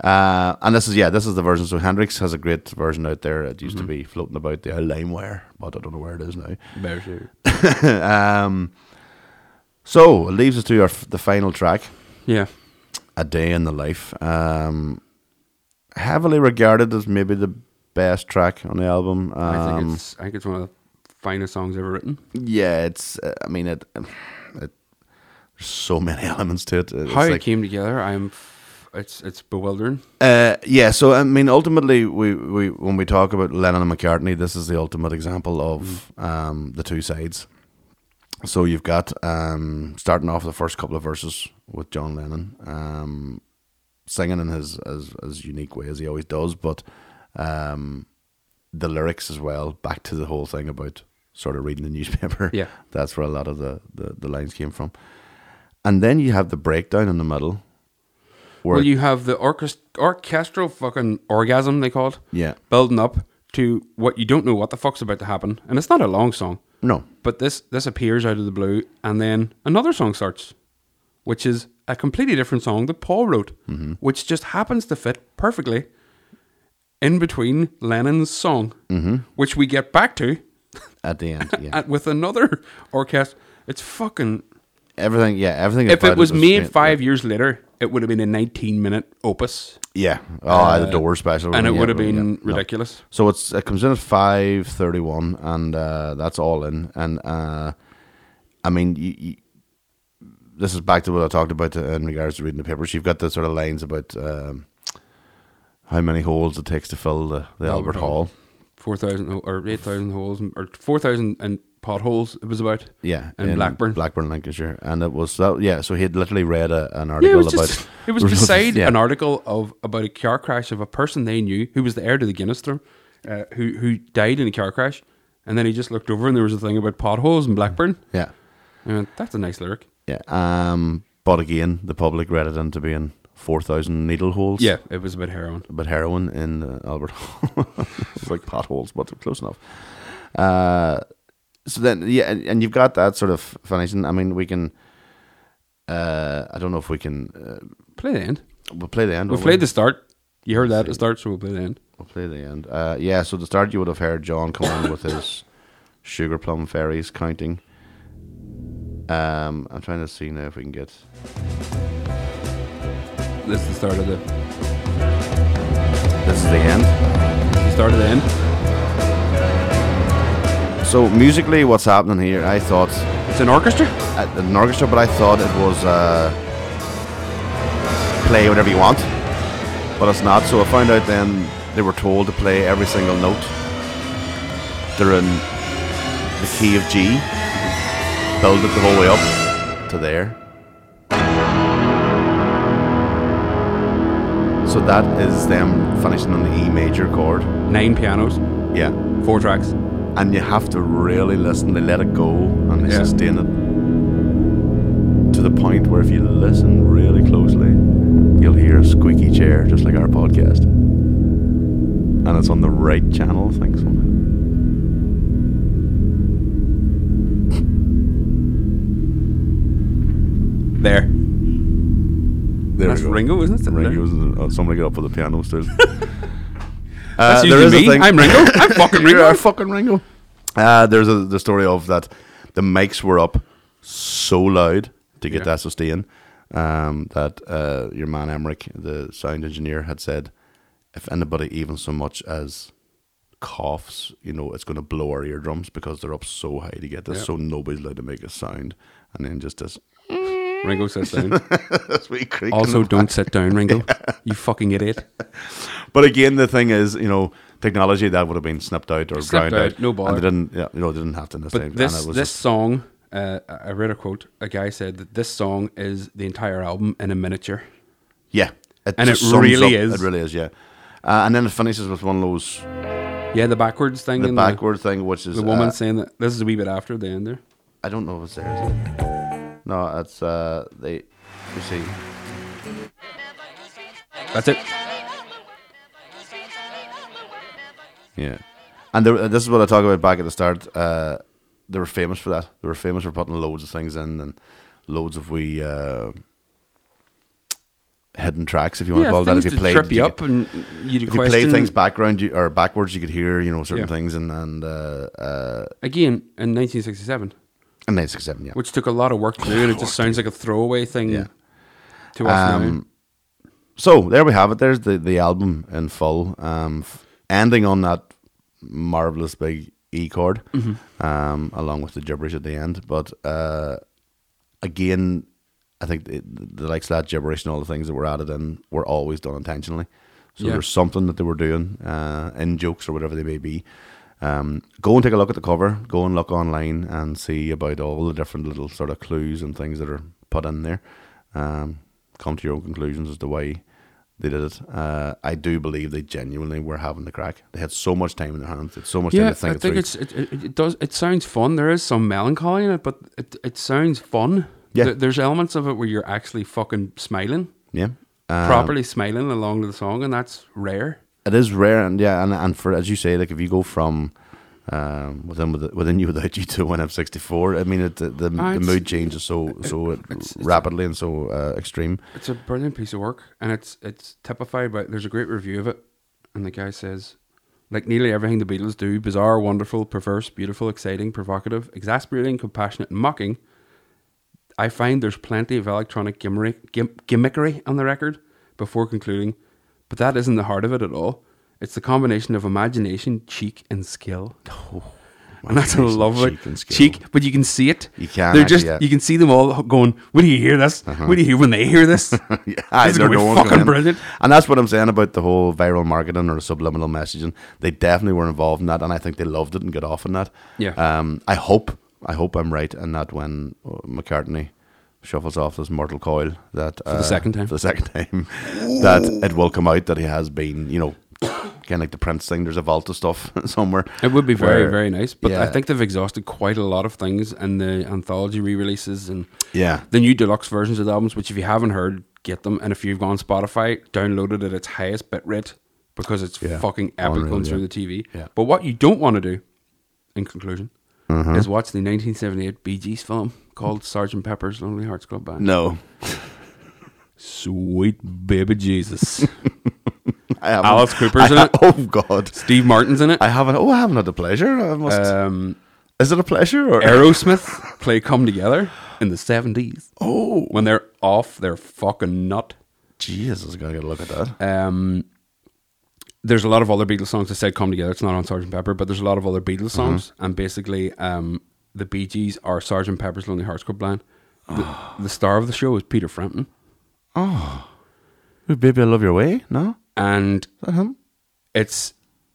[SPEAKER 9] Uh, and this is yeah, this is the version. So Hendrix has a great version out there. It
[SPEAKER 7] Mm-hmm.
[SPEAKER 9] used to be floating about the LimeWire, but I don't know where it is now. Um, so it leaves us to our f- the final track.
[SPEAKER 7] Yeah.
[SPEAKER 9] A Day in the Life. Um, heavily regarded as maybe the best track on the album. Um,
[SPEAKER 7] I think it's I think it's one of the finest songs ever written.
[SPEAKER 9] yeah, it's. uh, I mean, it. it there's so many elements to it. It's
[SPEAKER 7] How it
[SPEAKER 9] like-
[SPEAKER 7] came together, I'm f- it's it's bewildering.
[SPEAKER 9] Uh, yeah, so I mean, ultimately, we, we when we talk about Lennon and McCartney, this is the ultimate example of um, the two sides. So you've got um, starting off the first couple of verses with John Lennon um, singing in his as as unique way as he always does, but um, the lyrics as well. Back to the whole thing about sort of reading the newspaper.
[SPEAKER 7] Yeah.
[SPEAKER 9] That's where a lot of the, the, the lines came from. And then you have the breakdown in the middle. Where
[SPEAKER 7] Well, you have the orchest- orchestral fucking orgasm they called.
[SPEAKER 9] Yeah.
[SPEAKER 7] Building up to what you don't know what the fuck's about to happen, and it's not a long song.
[SPEAKER 9] No.
[SPEAKER 7] But this this appears out of the blue, and then another song starts, which is a completely different song that Paul wrote,
[SPEAKER 9] Mm-hmm.
[SPEAKER 7] which just happens to fit perfectly in between Lennon's song,
[SPEAKER 9] Mm-hmm.
[SPEAKER 7] which we get back to
[SPEAKER 9] At the end, yeah.
[SPEAKER 7] at, with another orchestra. It's fucking.
[SPEAKER 9] everything, yeah, everything.
[SPEAKER 7] If
[SPEAKER 9] about
[SPEAKER 7] it was made five
[SPEAKER 9] yeah.
[SPEAKER 7] years later, it would have been a 19 minute opus.
[SPEAKER 9] Yeah. Oh, the door special.
[SPEAKER 7] Uh, and it
[SPEAKER 9] yeah,
[SPEAKER 7] would have been
[SPEAKER 9] yeah. No.
[SPEAKER 7] ridiculous.
[SPEAKER 9] So it's it comes in at five thirty one, and uh, that's all in. And uh, I mean, you, you, this is back to what I talked about in regards to reading the papers. You've got the sort of lines about um, how many holes it takes to fill the, the Albert Hall.
[SPEAKER 7] Four thousand or eight thousand holes, or four thousand and potholes. It was about
[SPEAKER 9] Yeah,
[SPEAKER 7] in, Blackburn.
[SPEAKER 9] Blackburn, Lancashire, and it was that. Yeah, so he had literally read a, an
[SPEAKER 7] yeah, it
[SPEAKER 9] article
[SPEAKER 7] was
[SPEAKER 9] about.
[SPEAKER 7] just it was beside
[SPEAKER 9] Yeah.
[SPEAKER 7] an article of about a car crash of a person they knew who was the heir to the Guinness throne, uh, who who died in a car crash, and then he just looked over and there was a thing about potholes in Blackburn.
[SPEAKER 9] Yeah,
[SPEAKER 7] I went, that's a nice lyric.
[SPEAKER 9] yeah. Um, but again, the public read it into being four thousand needle holes.
[SPEAKER 7] Yeah, it was about heroin.
[SPEAKER 9] but heroin in uh, Albert Hall. it's like potholes, but they're close enough. Uh, so then, yeah, and, and you've got that sort of finishing. I mean, we can. Uh, I don't know if we can. Uh,
[SPEAKER 7] Play the end.
[SPEAKER 9] we'll play the end.
[SPEAKER 7] We
[SPEAKER 9] won't
[SPEAKER 7] played the start. You heard that at the start, so we'll play the end.
[SPEAKER 9] We'll play the end. Uh, yeah, so the start you would have heard John come on with his sugar plum fairies counting. Um, I'm trying to see now if we can get.
[SPEAKER 7] This is the start of the,
[SPEAKER 9] This is the end.
[SPEAKER 7] the start of the end.
[SPEAKER 9] So musically, what's happening here? I thought
[SPEAKER 7] It's an orchestra.
[SPEAKER 9] at an orchestra, but I thought it was uh, play whatever you want, but it's not. So I found out then they were told to play every single note. They're in the key of G, build it the whole way up to there. So that is them finishing on the E major chord.
[SPEAKER 7] Nine pianos,
[SPEAKER 9] Yeah
[SPEAKER 7] four tracks.
[SPEAKER 9] and you have to really listen. They let it go and they
[SPEAKER 7] Yeah.
[SPEAKER 9] sustain it to the point where if you listen really closely, you'll hear a squeaky chair, just like our podcast, and it's on the right channel. I think somehow.
[SPEAKER 7] There.
[SPEAKER 9] There
[SPEAKER 7] That's
[SPEAKER 9] we go.
[SPEAKER 7] Ringo, isn't it?
[SPEAKER 9] Ringo's oh, somebody got up with the piano still. Uh,
[SPEAKER 7] That's usually me. I'm Ringo. I'm fucking
[SPEAKER 9] You're
[SPEAKER 7] Ringo.
[SPEAKER 9] a fucking Ringo. Uh, there's a, the story of that the mics were up so loud to get
[SPEAKER 7] Yeah.
[SPEAKER 9] that sustain um, that uh, your man Emmerich, the sound engineer, had said, if anybody even so much as coughs, you know, it's going to blow our eardrums because they're up so high to get this,
[SPEAKER 7] Yeah.
[SPEAKER 9] so nobody's allowed to make a sound. And then just this,
[SPEAKER 7] Ringo sits down.
[SPEAKER 9] this wee creak. in
[SPEAKER 7] Also,
[SPEAKER 9] the
[SPEAKER 7] don't sit down, Ringo. You fucking idiot.
[SPEAKER 9] But again, the thing is, you know, technology that would have been snipped out or
[SPEAKER 7] Snipped
[SPEAKER 9] ground
[SPEAKER 7] out,
[SPEAKER 9] out.
[SPEAKER 7] no bother.
[SPEAKER 9] And they didn't, yeah, you know, they didn't have to. This time,
[SPEAKER 7] But
[SPEAKER 9] and
[SPEAKER 7] this
[SPEAKER 9] it
[SPEAKER 7] this
[SPEAKER 9] was just-
[SPEAKER 7] song, uh, I read a quote. A guy said that this song is the entire album in a miniature.
[SPEAKER 9] yeah,
[SPEAKER 7] and
[SPEAKER 9] just
[SPEAKER 7] it
[SPEAKER 9] sums
[SPEAKER 7] really
[SPEAKER 9] up-
[SPEAKER 7] is.
[SPEAKER 9] It really is, yeah. Uh, and then it finishes with one of those
[SPEAKER 7] Yeah, the backwards thing.
[SPEAKER 9] the
[SPEAKER 7] and
[SPEAKER 9] backward thing, which is
[SPEAKER 7] The, the woman
[SPEAKER 9] uh,
[SPEAKER 7] saying that this is a wee bit after the end there.
[SPEAKER 9] I don't know if it's there. Is it? No, it's uh, they. You see,
[SPEAKER 7] That's it.
[SPEAKER 9] yeah. And there, this is what I talk about back at the start. Uh, they were famous for that. They were famous for putting loads of things in and loads of we uh, hidden tracks, if you want
[SPEAKER 7] Yeah,
[SPEAKER 9] to call it that.
[SPEAKER 7] things
[SPEAKER 9] If you
[SPEAKER 7] to
[SPEAKER 9] played,
[SPEAKER 7] trip you,
[SPEAKER 9] could-
[SPEAKER 7] up and you'd
[SPEAKER 9] if
[SPEAKER 7] question.
[SPEAKER 9] you play things background you, or backwards, you could hear you know certain
[SPEAKER 7] Yeah.
[SPEAKER 9] things and and uh, uh,
[SPEAKER 7] Again, in 1967,
[SPEAKER 9] and nine six seven yeah.
[SPEAKER 7] which took a lot of work to do, and it just sounds like a throwaway thing
[SPEAKER 9] Yeah.
[SPEAKER 7] to us
[SPEAKER 9] Um, so there we have it. There's the the album in full, um, f- ending on that marvelous big E chord, um, along with the gibberish at the end. But uh, again, I think the, the likes of that gibberish and all the things that were added in were always done intentionally. So
[SPEAKER 7] Yeah.
[SPEAKER 9] there's something that they were doing uh, in jokes or whatever they may be. Um, go and take a look at the cover. Go and look online and see about all the different little sort of clues and things that are put in there. Um, come to your own conclusions as to why they did it. Uh, I do believe they genuinely were having the crack. They had so much time in their hands. It's so much time
[SPEAKER 7] Yeah,
[SPEAKER 9] to think
[SPEAKER 7] I
[SPEAKER 9] it
[SPEAKER 7] think
[SPEAKER 9] through.
[SPEAKER 7] it's it, it, it does. It sounds fun. There is some melancholy in it, but it it sounds fun.
[SPEAKER 9] Yeah.
[SPEAKER 7] There- there's elements of it where you're actually fucking smiling,
[SPEAKER 9] yeah, Um,
[SPEAKER 7] properly smiling along to the song, and that's rare.
[SPEAKER 9] It is rare, and yeah, and and for as you say, like if you go from um, within with- within you without you to when I'm 64, I mean, it, the the,
[SPEAKER 7] Ah,
[SPEAKER 9] the
[SPEAKER 7] it's-
[SPEAKER 9] mood changes so so
[SPEAKER 7] it's- it's-
[SPEAKER 9] rapidly and so uh, extreme.
[SPEAKER 7] It's a brilliant piece of work, and it's it's typified by. There's a great review of it, and the guy says, like nearly everything the Beatles do, bizarre, wonderful, perverse, beautiful, exciting, provocative, exasperating, compassionate, and mocking. I find there's plenty of electronic gimmery, gim- gimmickry on the record. Before concluding, but that isn't the heart of it at all. It's the combination of imagination, cheek, and skill. and that's what I
[SPEAKER 9] imagination,
[SPEAKER 7] love about
[SPEAKER 9] cheek, and skill.
[SPEAKER 7] cheek, but you can see it.
[SPEAKER 9] You can
[SPEAKER 7] They're
[SPEAKER 9] actually,
[SPEAKER 7] just
[SPEAKER 9] yeah.
[SPEAKER 7] you can see them all going. What do you hear this? What do you hear when they hear this?
[SPEAKER 9] Yeah,
[SPEAKER 7] is
[SPEAKER 9] they're
[SPEAKER 7] gonna be
[SPEAKER 9] no one's gonna
[SPEAKER 7] fucking
[SPEAKER 9] end.
[SPEAKER 7] brilliant.
[SPEAKER 9] And that's what I'm saying about the whole viral marketing or subliminal messaging. They definitely were involved in that, and I think they loved it and got off on that.
[SPEAKER 7] Yeah.
[SPEAKER 9] Um, I hope, I hope I'm right, and that when uh, McCartney shuffles off this mortal coil, that for
[SPEAKER 7] the second time.
[SPEAKER 9] for the second time, that it will come out that he has been, you know, kind of like the Prince thing. There's a vault of stuff somewhere.
[SPEAKER 7] It would be very,
[SPEAKER 9] where-
[SPEAKER 7] very nice. But I
[SPEAKER 9] Yeah.
[SPEAKER 7] think they've exhausted quite a lot of things in the anthology re releases and
[SPEAKER 9] Yeah.
[SPEAKER 7] the new deluxe versions of the albums, which if you haven't heard, get them. And if you've gone Spotify, download it at its highest bit rate because it's
[SPEAKER 9] Yeah.
[SPEAKER 7] fucking epic
[SPEAKER 9] Unreal,
[SPEAKER 7] going
[SPEAKER 9] yeah.
[SPEAKER 7] through the TV.
[SPEAKER 9] Yeah.
[SPEAKER 7] But what you don't want to do, in conclusion,
[SPEAKER 9] Mm-hmm.
[SPEAKER 7] is watch the 1978 Bee Gees film called Sgt. Pepper's Lonely Hearts Club Band.
[SPEAKER 9] No,
[SPEAKER 7] Sweet baby Jesus.
[SPEAKER 9] I haven't.
[SPEAKER 7] Alice Cooper's in
[SPEAKER 9] I-
[SPEAKER 7] it.
[SPEAKER 9] Oh God,
[SPEAKER 7] Steve Martin's in it.
[SPEAKER 9] I haven't. Oh, I haven't had the pleasure. I must.
[SPEAKER 7] Um,
[SPEAKER 9] is it a pleasure or?
[SPEAKER 7] Aerosmith play Come Together in the 70s.
[SPEAKER 9] Oh,
[SPEAKER 7] when they're off, they're fucking nut.
[SPEAKER 9] Jesus, I gotta get a look at that.
[SPEAKER 7] Um, there's a lot of other Beatles songs that said come together. It's not on Sgt. Pepper, but there's a lot of other Beatles songs. And basically, um, the Bee Gees are Sgt. Pepper's Lonely Hearts Club Band. The, the star of the show is Peter Frampton.
[SPEAKER 9] Ooh, Baby, I love your way. No,
[SPEAKER 7] And
[SPEAKER 9] Is that him?
[SPEAKER 7] it's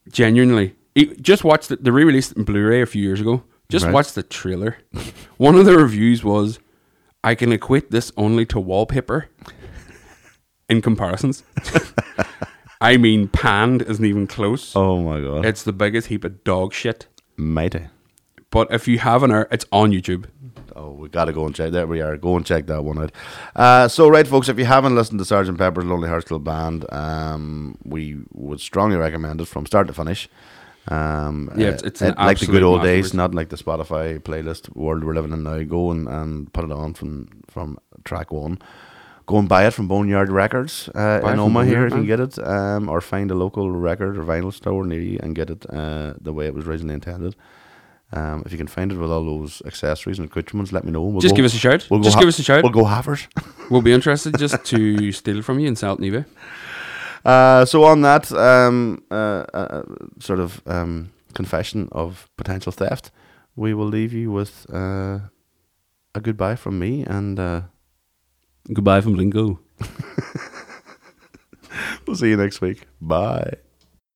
[SPEAKER 7] genuinely. it- just watch the. They re released it in Blu ray a few years ago. Just
[SPEAKER 9] Right.
[SPEAKER 7] watch the trailer. One of the reviews was I can equate this only to wallpaper in comparisons. I mean, panned isn't even close.
[SPEAKER 9] Oh my god,
[SPEAKER 7] It's the biggest heap of dog shit.
[SPEAKER 9] mighty.
[SPEAKER 7] But if you haven't heard, it's on YouTube.
[SPEAKER 9] Oh, we gotta go and check. There we are. Go and check that one out. Uh, so, right, folks, if you haven't listened to Sergeant Pepper's Lonely Hearts Club Band, um, we would strongly recommend it from start to finish. Um,
[SPEAKER 7] Yeah,
[SPEAKER 9] uh,
[SPEAKER 7] it's- it's an
[SPEAKER 9] it- like the good
[SPEAKER 7] absolute
[SPEAKER 9] old days,
[SPEAKER 7] masterpiece.
[SPEAKER 9] not like the Spotify playlist world we're living in now. Go and, and put it on from from track one. Go and buy it from Boneyard Records uh,
[SPEAKER 7] Buy it
[SPEAKER 9] in
[SPEAKER 7] from
[SPEAKER 9] Oma here if
[SPEAKER 7] Boneyard,
[SPEAKER 9] you can
[SPEAKER 7] man.
[SPEAKER 9] get it, um, or find a local record or vinyl store near you and get it uh, the way it was originally intended. Um, if you can find it with all those accessories and accoutrements, let me know. We'll
[SPEAKER 7] Just
[SPEAKER 9] go-
[SPEAKER 7] give us a shout.
[SPEAKER 9] we'll go
[SPEAKER 7] Just give us a shout.
[SPEAKER 9] We'll go halvers.
[SPEAKER 7] We'll be interested just to steal from you and sell it on eBay.
[SPEAKER 9] Uh, so on that um, uh, uh, sort of um, confession of potential theft, we will leave you with uh, a goodbye from me and uh,
[SPEAKER 7] Goodbye from Lingo.
[SPEAKER 9] we'll see you next week. Bye.